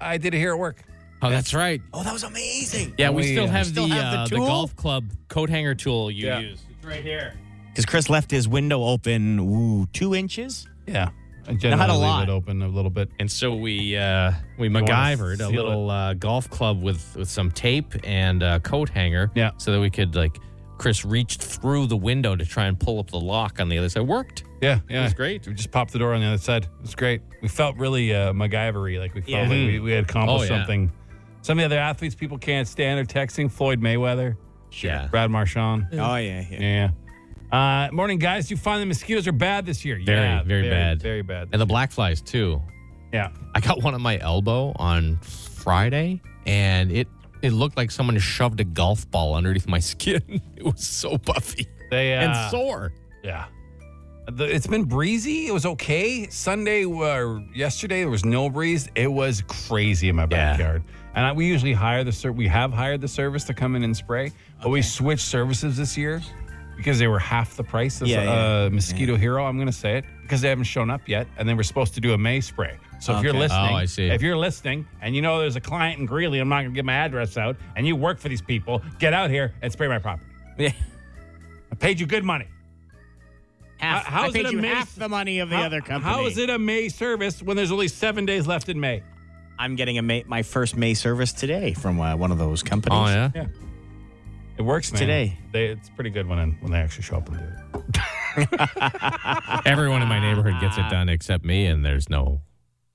I did it here at work.
Oh, that's right.
Oh, that was amazing. Oh,
Yeah, we,
We,
still
uh,
have
still
the
have the
uh, the
tool?
golf club coat hanger tool you
Yeah.
use. It's right here.
Because Chris left his window open, ooh, two inches.
Yeah, I generally leave
lot.
it open a little bit.
And so we uh, we
wanna
MacGyvered a
seal
little uh, golf club with with some tape and a coat hanger.
Yeah.
So that we could like Chris reached through the window to try and pull up the lock on the other side. Worked.
Yeah, yeah,
was great.
We just popped the door on the other side. It was great. We felt really uh, MacGyvery, like we felt
Yeah.
like we, we had accomplished
Oh, yeah.
something. Some of the other athletes people can't stand are texting Floyd Mayweather,
Yeah.
Brad Marchand.
Oh, yeah, yeah.
Yeah. Uh, morning, guys. You find the mosquitoes are bad this year.
Very,
yeah,
very bad.
Very bad.
And the black flies too.
Yeah.
I got one on my elbow on Friday, and it it looked like someone shoved a golf ball underneath my skin. It was so puffy
They uh,
and sore.
Yeah. The, it's been breezy. It was okay. Sunday, uh, yesterday, there was no breeze. It was crazy in my backyard. And I, we usually hire the ser- we have hired the service to come in and spray, but we switched services this year because they were half the price of
Yeah,
uh,
yeah.
Mosquito Hero. I'm going to say it because they haven't shown up yet, and they were supposed to do a May spray. So if you're
Okay.
listening,
Oh, I see.
if you're listening, and you know there's a client in Greeley, I'm not going to give my address out, and you work for these people, get out here and spray my property.
Yeah.
I paid you good money.
Half,
How- how
I
is
paid
it a
you
miss-
half the money of the
How-
other company.
How is it a May service when there's only seven days left in May?
I'm getting a May, my first May service today from uh, one of those companies.
Oh,
It works man.
Today.
They, it's a pretty good when when they actually show up and do it.
Everyone in my neighborhood gets it done except me, and there's no.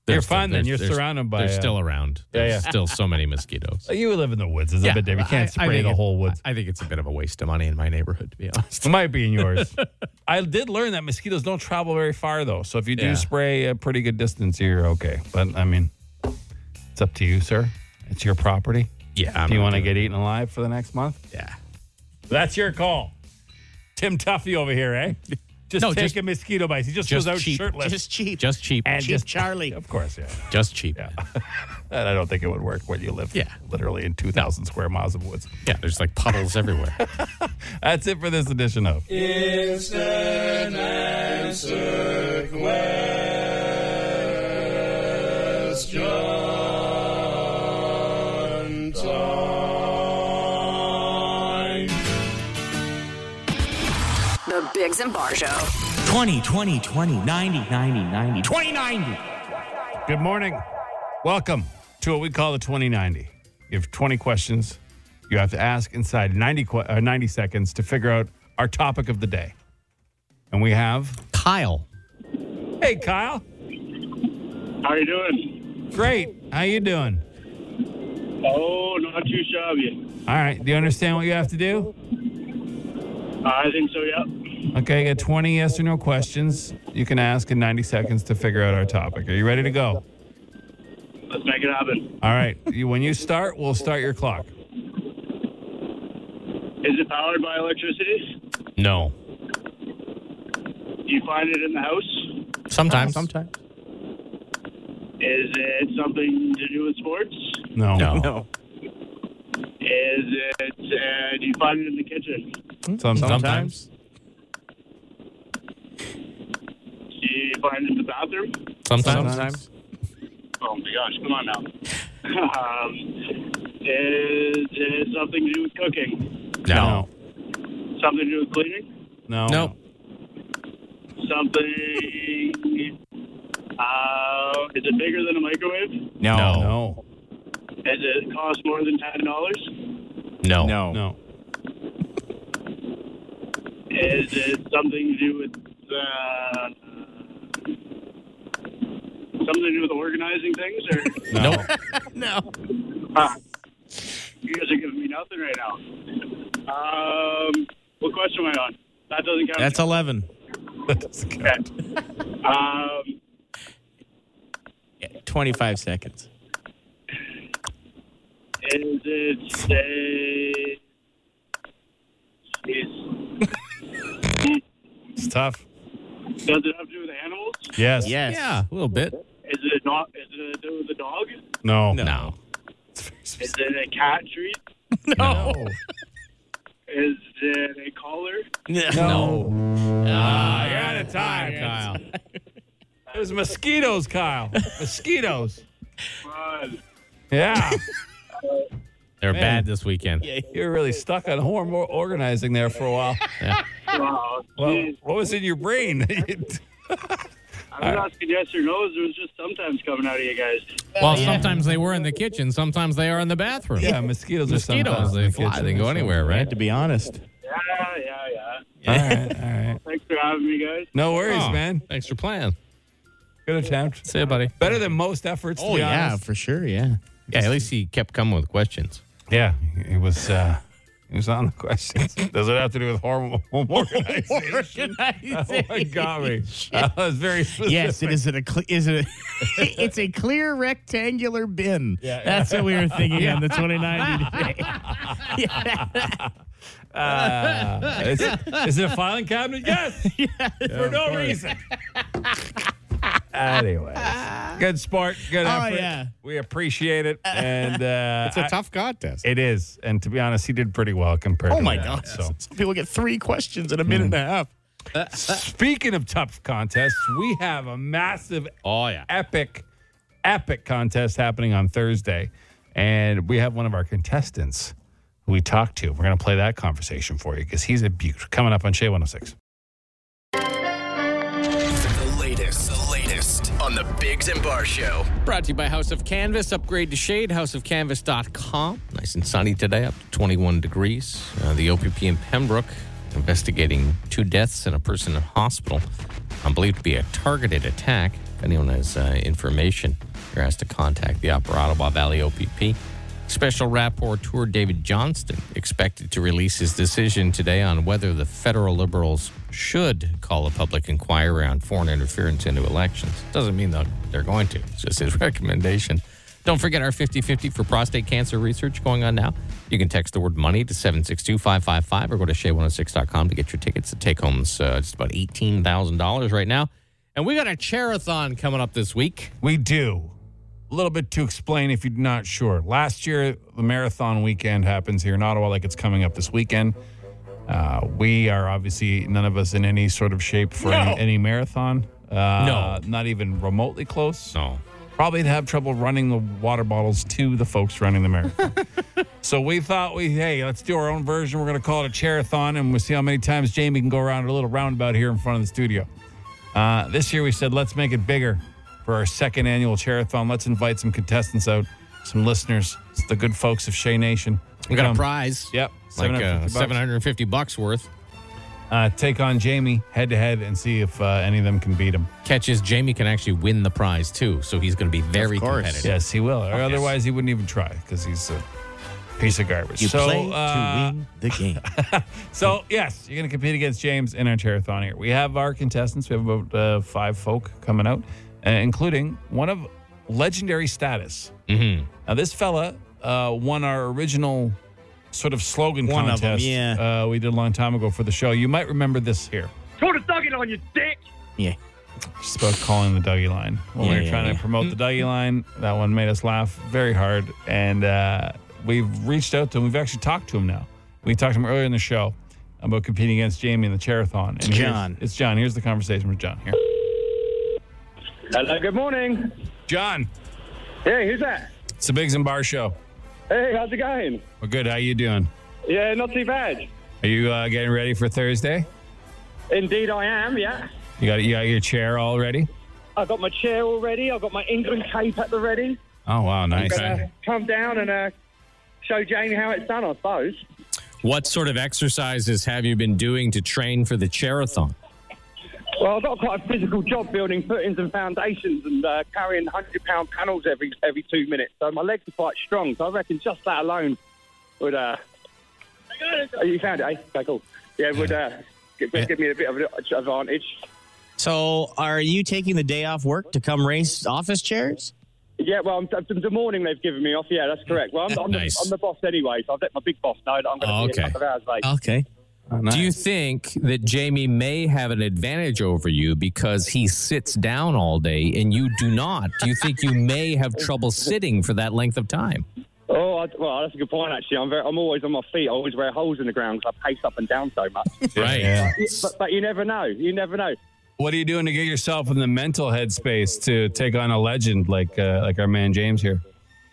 You're
there's-
fine then.
there's-
You're
there's-
surrounded by,
They're
uh,
still around.
Yeah,
There's
yeah.
still so many mosquitoes.
You live in the woods. It's a bit different. You can't
I- I
spray
think
the
it-
whole woods.
I think it's a bit of a waste of money in my neighborhood, to be honest.
It might be in yours. I did learn that mosquitoes don't travel very far though. So if you do
Yeah.
spray a pretty good distance, you're okay. But I mean, it's up to you, sir. It's your property.
Yeah. I'm
Do you
not
want to
doing-
get eaten alive for the next month?
Yeah.
That's your call. Tim Tuffy over here, eh? Just
No,
take
just-
a mosquito bite. He just,
just
goes out
cheap.
shirtless.
Just cheap.
Just cheap.
and
cheap
just
Charlie.
Of course, yeah.
Just cheap. Yeah.
And I don't think it would work when you live
Yeah.
literally in 2,000 square miles of woods.
There's like puddles everywhere.
That's it for this edition of.
The Biggs and Bar Show.
20, 20, 20, 90, 90, 90, 2090.
Good morning. Welcome to what we call the 2090. You have 20 questions you have to ask inside 90, que- uh, 90 seconds to figure out our topic of the day. And we have.
Kyle.
Hey, Kyle.
How you doing?
Great. How you doing?
Oh, not too shabby.
All right. Do you understand what you have to do?
I think so, yeah.
Okay, you got 20 yes or no questions you can ask in 90 seconds to figure out our topic. Are you ready to go?
Let's make it happen.
All right. You, when you start, we'll start your clock.
Is it powered by electricity?
No.
Do you find it in the house?
Sometimes.
Sometimes.
Is it something to do with sports?
No.
No.
No.
Is it, uh, do you find it in the kitchen?
Some- sometimes.
Sometimes.
Do you find it in the bathroom?
Sometimes.
Sometimes.
Oh my gosh, come on now. um, is it something to do with cooking?
No.
Something to do with cleaning?
No.
Nope.
Something. Uh, is it bigger than a microwave?
No. No.
Does it cost more than ten dollars?
No.
No.
No.
Is it something to do with uh, something to do with organizing things, or
No.
no?
Huh. You guys are giving me nothing right now. Um, what question am I on? That doesn't count.
That's 11.
um,
25 seconds.
is it say? Jeez.
It's tough.
Does it have to do with animals?
Yes.
Yes.
Yeah, a little bit.
Is it a dog? Is it to do with a dog?
No.
No.
Is it a cat treat?
No.
Is it a collar?
No.
Ah, you're out of time, Kyle. It was mosquitoes, Kyle. mosquitoes.
Fun.
Yeah.
They're
Man.
bad this weekend.
Yeah.
You're really stuck on horm organizing there for a while.
Wow.
Well,
Jeez.
what was in your brain?
I was asking yes or no's. It was just sometimes coming out of you guys.
Well, sometimes they were in the kitchen, sometimes they are in the bathroom.
yeah, mosquitoes, are
Mosquitoes,
sometimes in
they
the
fly,
kitchen
they go
or something.
anywhere, right?
To be honest.
Yeah, yeah, yeah.
All right, all right.
Thanks for having me, guys.
No worries,
Oh,
man.
Thanks for playing.
Good attempt.
See you, buddy.
Better than most efforts.
Oh,
to be honest.
for sure. Oh, Yeah.
Yeah, at least he kept coming with questions.
yeah. It was. uh It was on the questions. Does it have to do with horm home organization? oh my god, me. That was very specific.
Yes, it is. It a cle is it? A, it's a clear rectangular bin.
Yeah, yeah.
That's what we were thinking on the 29 today. yeah,
Uh, is, it, is it a filing cabinet? Yes. for no reason. Anyways, good sport, good
Oh,
effort.
yeah.
We appreciate it, and uh,
It's a
I-
tough contest.
it is, and to be honest, he did pretty well compared.
Oh
to
my
that,
gosh.
So,
Some people get three questions in a minute and a half.
speaking of tough contests, we have a massive,
Oh, yeah.
epic, epic contest happening on Thursday, and we have one of our contestants who we talked to. We're going to play that conversation for you because he's a beaut. Coming up on Shea 106.
The latest, the latest on the Bigs and Bar Show.
Brought to you by House of Canvas. Upgrade to shade, houseofcanvas.com. Nice and sunny today, up to 21 degrees. Uh, the OPP in Pembroke investigating two deaths and a person in hospital. I'm believed to be a targeted attack. If anyone has uh, information, you're asked to contact the Upper Ottawa Valley OPP. Special Rapporteur David Johnston expected to release his decision today on whether the federal Liberals should call a public inquiry on foreign interference into elections. Doesn't mean that they're going to, it's just his recommendation. Don't forget our 50 50 for prostate cancer research going on now. You can text the word money to 762 555 or go to shay106.com to get your tickets. The take home's uh, just about $18,000 right now. And we got a charathon coming up this week.
We do. A little bit to explain if you're not sure. Last year, the marathon weekend happens here in Ottawa, like it's coming up this weekend. Uh, we are obviously none of us in any sort of shape for any, any marathon. Uh,
No.
Not even remotely close.
So,
Probably have trouble running the water bottles to the folks running the marathon. so we thought we, hey, let's do our own version. We're going to call it a charathon and we'll see how many times Jamie can go around a little roundabout here in front of the studio. Uh, this year we said, let's make it bigger for our second annual charathon. Let's invite some contestants out, some listeners, the good folks of Shea Nation.
we got
Come.
a prize.
Yep.
Like
750
uh,
bucks.
750 bucks worth.
Uh, take on Jamie head to head and see if uh, any of them can beat him.
Catches Jamie can actually win the prize too, so he's going to be very
Of course.
competitive.
Yes, he will. Or otherwise, he wouldn't even try because he's a piece of garbage.
You
so,
play
uh,
to win the game.
so yes, you're going to compete against James in our charathon here. We have our contestants. We have about uh, five folk coming out, uh, including one of legendary status.
Mm-hmm.
Mhm.
Now, this fella uh, won our original sort of slogan
One of
contest.
'em, yeah.
uh, we did a long time ago for the show. You might remember this here.
Put a nugget on your dick.
yeah.
Just about calling the Dougie line. When we
Yeah,
were
yeah,
trying to
yeah.
promote the Dougie line, that one made us laugh very hard. And uh, we've reached out to him. We've actually talked to him now. We talked to him earlier in the show about competing against Jamie in the charathon. And here's-
John.
It's John. Here's the conversation with John here.
Hello, good morning.
John,
Hey, who's that?
it's the Biggs and Bar Show.
Hey, how's it going?
We're good. How you doing?
Yeah, not too bad.
Are you uh, getting ready for Thursday?
Indeed, I am. Yeah,
You got you got your chair all ready?
I got my chair all ready. I got my England cape at the ready.
Oh wow, nice.
Gonna come down and uh,
show Jamie how it's done, I suppose.
What sort of exercises have you been doing to train for the charathon?
Well, I've got quite a physical job building footings and foundations and uh, carrying 100 pound panels every every two minutes. So my legs are quite strong. So I reckon just that alone would. Uh, oh, you found it, eh? Okay, cool. Yeah, would uh, give, give me a bit of an advantage.
So, are you taking the day off work to come race office chairs?
Yeah, well, I'm, the- the morning they've given me off. Yeah, that's correct. Well, I'm, I'm,
Nice.
the, I'm the boss anyway, so I'll let my big boss know that I'm going to
Oh,
be
okay.
a couple of hours late.
Okay.
Do you think that Jamie may have an advantage over you because he sits down all day and you do not? Do you think you may have trouble sitting for that length of time?
Oh, I, well, that's a good point, actually. I'm, very, I'm always on my feet. I always wear holes in the ground because I pace up and down so much.
Right.
But, but, but you never know. You never know.
What are you doing to get yourself in the mental headspace to take on a legend like uh, like our man James here?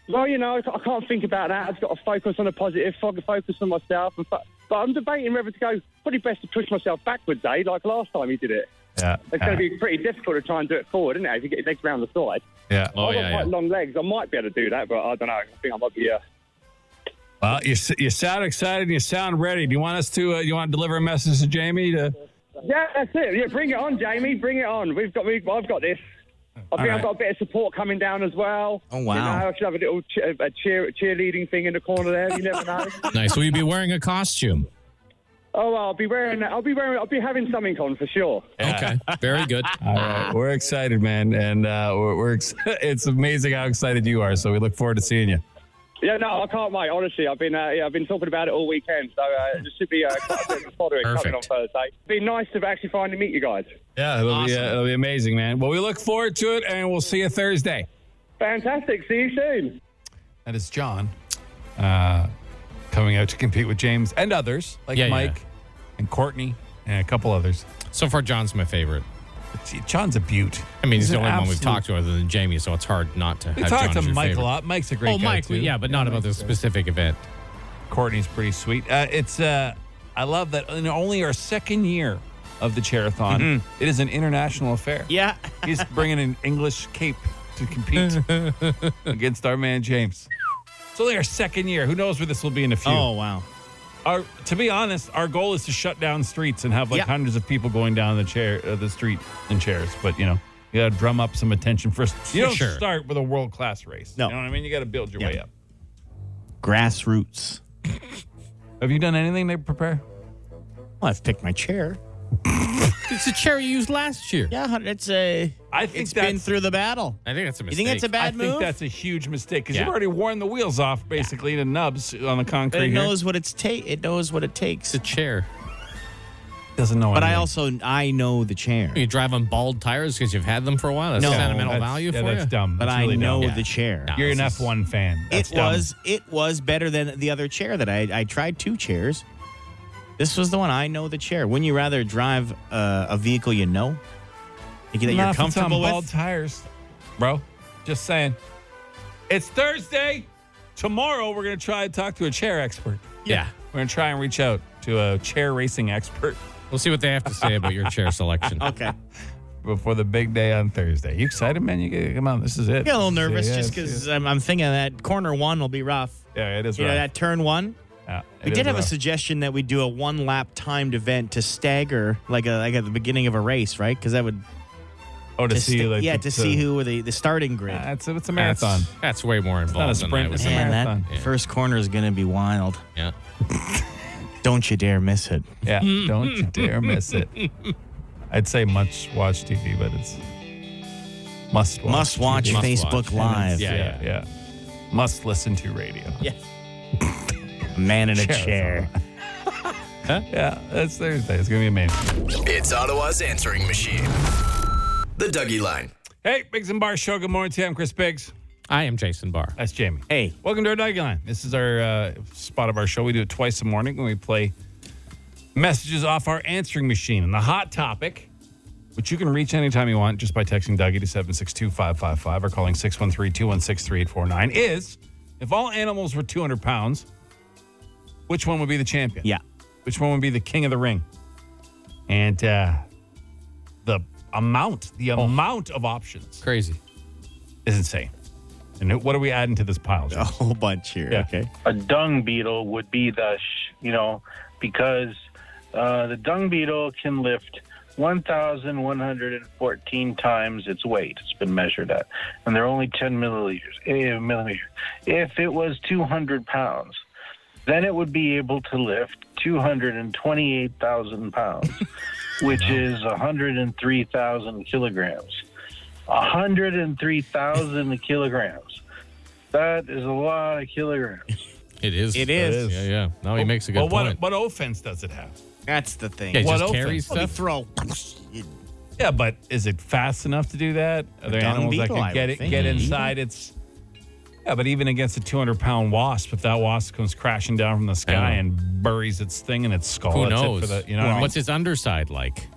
Well, you know, I ca- I can't think about that. I've got to focus on the positive, fo- focus on myself. And fo- but I'm debating whether to go, probably best to push myself backwards, eh? Like last time you did it.
Yeah.
It's going to be pretty difficult to try and do it forward, isn't it? If you get your legs around the side.
Yeah.
Oh,
I've got quite long legs. I might be able to do that, but I don't know. I think I might be. Uh,
Well, you, s- you sound excited. and You sound ready. Do you want us to? Uh, you want to deliver a message to Jamie? To
yeah, that's it. Yeah, bring it on, Jamie. Bring it on. We've got. We've, I've got this. I think I've
right.
got a bit of support coming down as well.
Oh, wow.
You know, I should have a little che- a cheer, cheerleading thing in the corner there. You never know.
Nice. Will you be wearing a costume?
Oh, well, I'll be wearing. I'll be wearing. I'll be having something on for sure.
Okay. Very good.
All right, we're excited, man, and uh, we're, we're ex- it's amazing how excited you are. So we look forward to seeing you.
Yeah, no, I can't wait. Honestly, I've been uh, yeah, I've been talking about it all weekend, so uh, it should be uh, quite a bit of following coming on Thursday. It's been nice to actually finally meet you guys.
Yeah, it'll be uh, it'll be amazing, man. Well, we look forward to it, and we'll see you Thursday.
Fantastic. See you soon.
That is John uh, coming out to compete with James and others like
Yeah, yeah.
Mike and Courtney and a couple others.
So far, John's my favorite.
John's a beaut.
I mean, he's,
He's
the
an
only one we've
absolute-
talked to other than Jamie, so it's hard not to
We
have
talked
John
to
as your
Mike a
favorite.
lot. Mike's a great
oh,
guy,
Mike,
too.
yeah, but not about this specific event.
Courtney's pretty sweet. Uh, it's uh, I love that in only our second year of the charathon,
Mm-hmm.
it is an international affair.
Yeah,
he's bringing an English cape to compete against our man James. It's only our second year. Who knows where this will be in a few?
Oh, wow.
Our, to be honest, our goal is to shut down streets and have like
Yeah.
hundreds of people going down the chair, uh, the street in chairs. But you know, you got to drum up some attention first. You
For
don't
sure.
start with a world class race.
No.
you know what I mean. You got to build your
Yeah.
way up.
Grassroots.
Have you done anything to prepare?
Well, I've picked my chair.
It's a chair you used last year.
Yeah, hun- it's a.
I think
it's been
that's-
through the battle.
I think that's a
You think that's a bad
I
move?
think that's a huge mistake because
Yeah.
you've already worn the wheels off basically the nubs on the concrete.
But it
here.
knows what it's take. It knows what it takes.
It's a chair.
Doesn't know.
But I
anything.
also I know the chair.
You drive on bald tires because you've had them for a while. That's
No.
sentimental
That's-
value
yeah,
for
that's
you.
dumb.
But
That's
I
really
know
dumb.
the chair.
You're an F1 fan. That's
it was it was better than the other chair that I I tried two chairs. This was the one I know the chair. Wouldn't you rather drive uh, a vehicle you know, Like,
Not
that
if
you're
it's on
comfortable
Bald
with?
tires, bro. Just saying. It's Thursday. Tomorrow we're gonna try and talk to a chair expert.
Yeah.
We're gonna try and reach out to a chair racing expert
We'll see what they have to say about your chair
Oh,
selection.
Okay,
before the big day on Thursday. You excited, man? You get- come on. This is
I
it.
get a little nervous
Yeah,
just
it's-
because I'm, I'm thinking that corner one will be rough.
Yeah, it is
You know
rough.
that turn one.
Yeah,
We
it
did
is
have a
rough.
suggestion that we do a one lap timed event to stagger, like a, like at the beginning of a race, right? Because that would
Oh, to, see,
sta-
like,
yeah,
the-
to see who were the, the starting grid.
Yeah, it's, a, it's a
That's,
marathon.
that's way more involved
not a
than I
sprint,
was
it's a
thinking.
Man, that
marathon.
first corner is going to be wild.
Yeah.
Don't you dare miss it.
Yeah, don't you dare miss it. I'd say much watch TV, but it's must watch.
Must watch
TV.
Facebook
watch.
Live.
Yeah, yeah, yeah. Must listen to radio.
Yeah. A man in a
Chair.
chair.
Yeah, that's Thursday. It's gonna be amazing.
It's Ottawa's answering machine. The Dougie Line.
Hey, Biggs and Bar Show. Good morning to you. I'm Chris Biggs.
I am Jason Barr.
That's Jamie.
Hey,
Welcome to our Dougie Line. This is our uh, spot of our show. We do it twice a morning when we play messages off our answering machine. And the hot topic, which you can reach anytime you want just by texting Dougie to 762-555 or calling 613-216-3849, is if all animals were 200 pounds, which one would be the champion?
yeah.
Which one would be the king of the ring? And uh,
Oh.
the amount, the amount of options
Crazy.
is insane. And who- what are we adding to this pile?
Oh,
A
whole bunch here. Okay.
a dung beetle would be the, sh- you know, because uh, the dung beetle can lift 1,114 times its weight. It's been measured at, and they're only 10 milliliters, eh, millimeters. If it was 200 pounds, then it would be able to lift 228,000 pounds, which is 103,000 kilograms. 103,000 kilograms. That is a lot of kilograms.
It is.
It is.
Yeah, yeah. No, he makes a good
But what,
point.
what offense does it have?
That's the thing.
Yeah, it just carries
Let me
throw.
Yeah, but is it fast enough to do that? Are there
dung
animals
beetle,
that
I
can get
would
it,
think.
get
Yeah.
inside its? Yeah, but even against a 200 pound wasp, if that wasp comes crashing down from the sky and buries its thing in its skull,
Who
that's it
knows?
for the- you know, what I mean?
What's his underside like?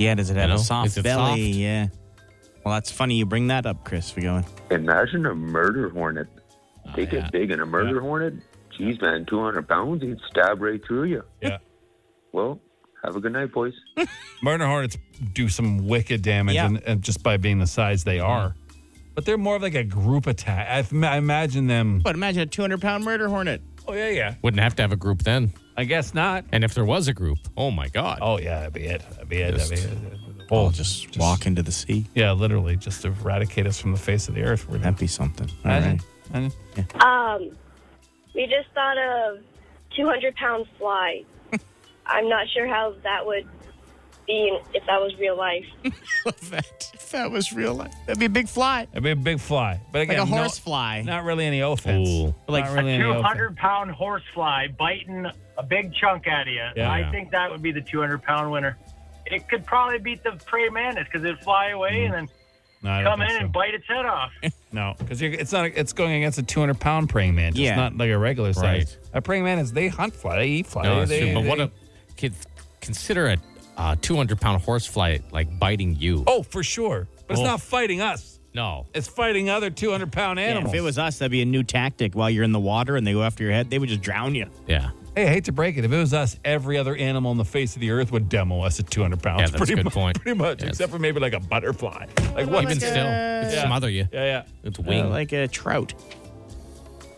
Yeah, does it have
You
a
know,
soft
is it
belly?
soft?
Yeah. Well, that's funny you bring that up, Chris. We're going.
Imagine a murder hornet.
Oh,
They get big, and a murder hornet, geez, man, 200 pounds, he'd stab right through you.
Yeah.
Well, have a good night, boys.
murder hornets do some wicked damage,
Yeah.
and, and just by being the size they are, but they're more of like a group attack. I, f- I imagine them.
But imagine a 200 pound murder hornet.
Oh yeah, yeah.
Wouldn't have to have a group then.
I guess not.
And if there was a group, oh my god.
Oh yeah, that'd be it. That'd be it. That'd be
Just-
it. Oh,
just, walk into the sea.
Yeah, literally, just eradicate us from the face of the earth. We're
That'd be something. All
Imagine.
right.
Imagine.
Um, we just thought of 200 pound fly. I'm not sure how that would be if that was real life.
If that was real life, that'd be a big fly.
It'd be a big fly, but
Like
again,
a
no-
horsefly.
not really any offense.
Like-
not really
a
any offense.
200 pound horsefly biting a big chunk out of you.
Yeah.
I
Yeah.
think that would be the 200 pound winner. It could probably beat the prey mantis because it'd fly away and then
No, I don't
come in
think so.
and bite its head off.
No, because it's not. It's going against a 200 pound praying mantis.
Yeah.
It's not like a regular size.
Right.
A praying mantis, they hunt fly. They eat fly.
No, that's
they,
true.
they-
But what
they-
a kid consider a uh, 200 pound horsefly like biting you.
Oh, for sure. But it's
Oh.
not fighting us.
No.
It's fighting other 200 pound
Yeah,
animals.
if it was us, that'd be a new tactic. While you're in the water and they go after your head, they would just drown you.
Yeah.
Hey, I hate to break it. If it was us, every other animal on the face of the earth would demo us at 200 pounds.
Yeah, that's a
pretty
good
mu-
point.
Pretty much, except for maybe like a butterfly. Like what?
Even still, it'd smother you.
Yeah, yeah.
It's
Uh,
wing.
like a trout.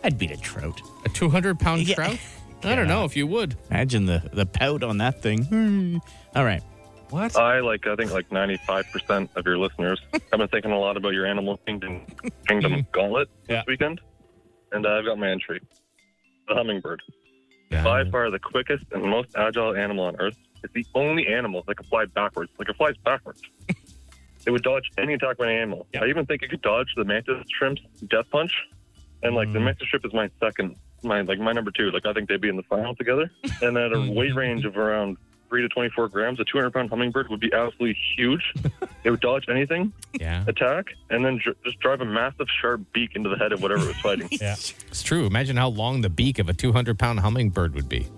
I'd beat a trout.
A 200 pound trout? I don't know if you would.
Imagine the, the pout on that thing. Hmm. All right.
What? I like. I think like ninety-five percent of your listeners have been thinking a lot about your Animal Kingdom
Mm-hmm.
Kingdom Gauntlet this weekend, and I've got my entry: the hummingbird. By far the quickest and most agile animal on Earth. It's the only animal that can fly backwards. Like it flies backwards. it would dodge any attack by an animal. I even think it could dodge the mantis shrimp's death punch. And like the mantis shrimp is my second, my like my number two. Like I think they'd be in the final together. and at a weight range of around three to twenty-four grams, a two hundred pound hummingbird would be absolutely huge. it would dodge anything,
yeah,
attack, and then dr- just drive a massive sharp beak into the head of whatever it was fighting.
Yeah. It's true. Imagine how long the beak of a 200 pound hummingbird would be.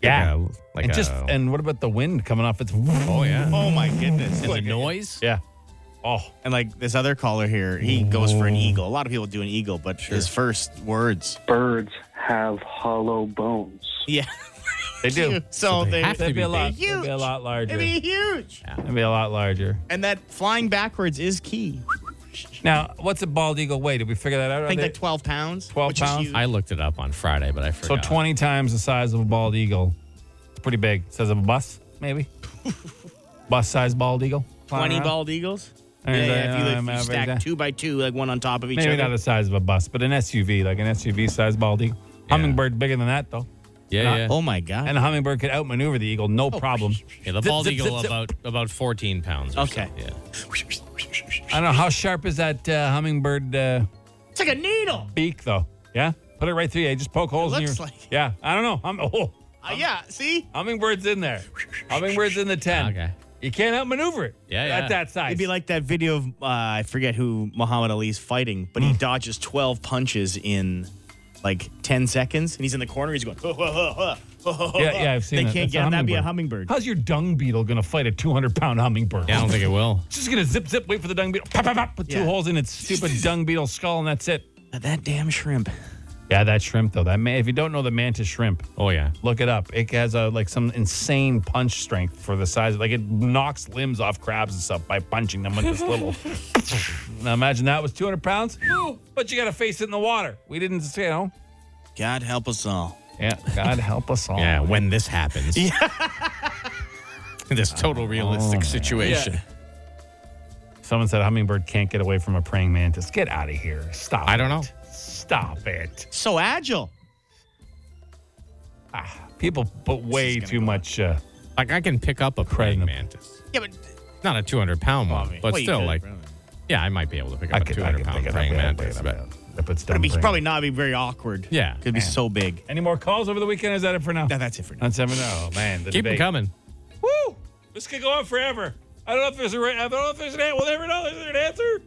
Yeah. Like, a, like
and just
a-
and what about the wind coming off its?
Oh, yeah.
Oh my goodness.
And the noise?
Yeah. Oh.
And like this other caller here, he goes for an eagle. A lot of people do an eagle, but his first words.
Birds have hollow bones.
Yeah.
They do.
So, they,
They'd be, a lot.
Huge.
They'd be a lot larger.
It'd be huge.
They'd be a lot larger.
And that flying backwards is key.
Now, what's a bald eagle weigh? Did we figure that out?
I think like 12 pounds.
12
which is
pounds?
huge.
I looked it up on Friday, but I
so
forgot.
20 times the size of a bald eagle. It's pretty big. Size of a bus, maybe. bus size bald uh, eagle. flying
20
around?
bald eagles?
I
Yeah,
mean,
yeah, if
I-
you, if
I'm
you
average,
stack
yeah.
two by two, like one on top of each
um, Maybe
other.
not the size of a bus, but an SUV, like an SUV size bald eagle. Hummingbird bigger than that, though.
Yeah,
Not-
yeah.
Oh my god!
And a hummingbird could outmaneuver the eagle,
Oh,
no problem.
Yeah, the
Zip,
bald
zip,
eagle
zip, zip.
about about 14 pounds. Or okay. Yeah.
I don't know how sharp is that uh, hummingbird uh,
it's like a needle.
beak, though. Yeah, put it right through you. You Just poke holes. in
looks
your,
like-
Yeah, I don't know. I'm, oh,
Uh, yeah, see?
hummingbird's in there. Hummingbird's in the ten. Ah, Okay, you can't outmaneuver it. at that size.
It'd be like that video of, uh, I forget who Muhammad Ali's fighting, but
Mm.
he dodges 12 punches in like 10 seconds. And he's in the corner. He's going,
Yeah, yeah, I've seen
They
that.
can't
That's
get him. That'd be a hummingbird.
How's your dung beetle going to fight a 200 pound hummingbird?
Yeah, I don't think it will.
It's just going to zip, zip, wait for the dung beetle, pop, pop, pop, put two
Yeah.
holes in its stupid dung beetle skull, and that's it.
That damn shrimp.
Yeah, that shrimp though. That man, if you don't know the mantis shrimp,
oh yeah,
look it up. It has a like some insane punch strength for the size. Like it knocks limbs off crabs and stuff by punching them with this little. now imagine that was 200 pounds, but you got to face it in the water. We didn't, you know.
God help us all.
Yeah, God help us all.
Yeah, when this happens.
Yeah.
this total
Oh,
realistic situation.
Someone said a hummingbird can't get away from a praying mantis. Get out of here. Stop. I
don't know.
Stop it.
So agile.
People put way too much. Uh,
like I can pick up a praying mantis.
Yeah, but
Not a 200 pound one, but
well, you
still
could,
like,
really.
yeah, I might be able to pick
I
up a
could- I
200
could
pound
pick it up,
praying
yeah, I'd pick
mantis.
it
But
up, That puts
But
down.
it'd be probably not be very awkward.
Yeah.
Could be
Man.
so big.
Any more calls over the weekend? Is that it for now?
No, that's it for now.
That's seven. Oh man, the
keep them
debate.
coming.
Woo! This could go on forever. I don't know if there's a. ra- I don't know if there's an. an- We'll never know. Is there an answer?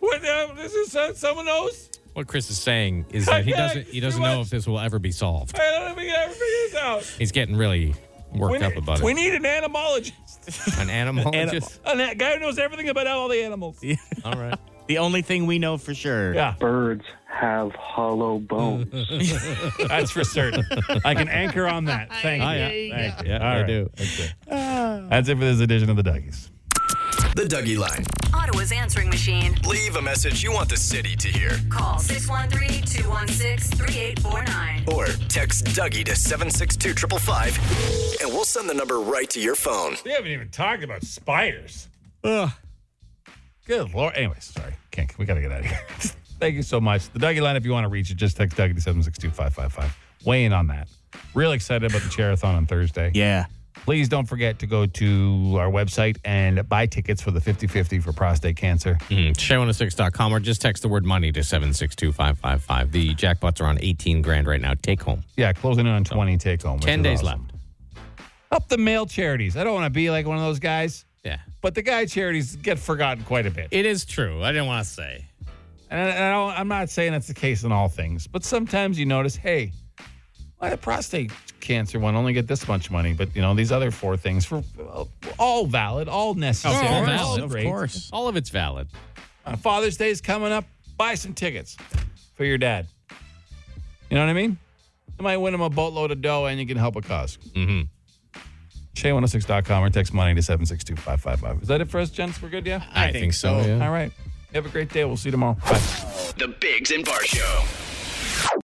What? Uh, this is uh, someone knows.
What Chris is saying is that he
Okay,
doesn't he doesn't
too
know
much.
if this will ever be solved.
I don't know if we can ever figure this out.
He's getting really
we
worked up
need,
about
We
it.
need an animologist.
An animologist.
An a guy who knows everything about all the animals.
All right.
The only thing we know for sure.
Yeah.
Birds have hollow bones.
That's for certain. I can anchor on that. Thank
Oh,
you.
yeah.
Thank you.
Yeah,
All
I
right.
do.
That's it for this edition of the Duggies.
The Dougie Line.
Ottawa's answering machine.
Leave a message you want the city to hear.
Call 613 216 3849.
Or text Dougie to 762 555 and we'll send the number right to your phone.
We haven't even talked about spiders. Good lord. Anyways, sorry. Kink, we got to get out of here. Thank you so much. The Dougie line, if you want to reach it, just text Dougie to 762 555. Weigh in on that. Real excited about the charathon on Thursday.
Yeah.
Please don't forget to go to our website and buy tickets for the 50 50 for prostate cancer.
Mm, Show106.com or just text the word money to 762-555. The jackpots are on 18 grand right now. Take home.
Yeah, closing in on 20 take home. which is
10 Oh. days
awesome.
left.
Up the mail charities. I don't want to be like one of those guys,
Yeah.
but the guy charities get forgotten quite a bit.
It is true. I didn't want to say.
And I, I don't, I'm not saying that's the case in all things, but sometimes you notice, hey, why the prostate cancer one only get this much money, but you know these other four things for well, all valid, all necessary,
all valid,
Oh, all
of
great.
course. All of it's valid.
Uh, Father's Day's coming up. Buy some tickets for your dad. You know what I mean? You might win him a boatload of dough, and you can help a cause.
Mm-hmm.
Shay106.com or text money to seven six two five five five. Is that it for us, gents? We're good, yeah.
I, think, so. yeah.
All right. Have a great day. We'll see you tomorrow. Bye.
The Biggs and Bar Show.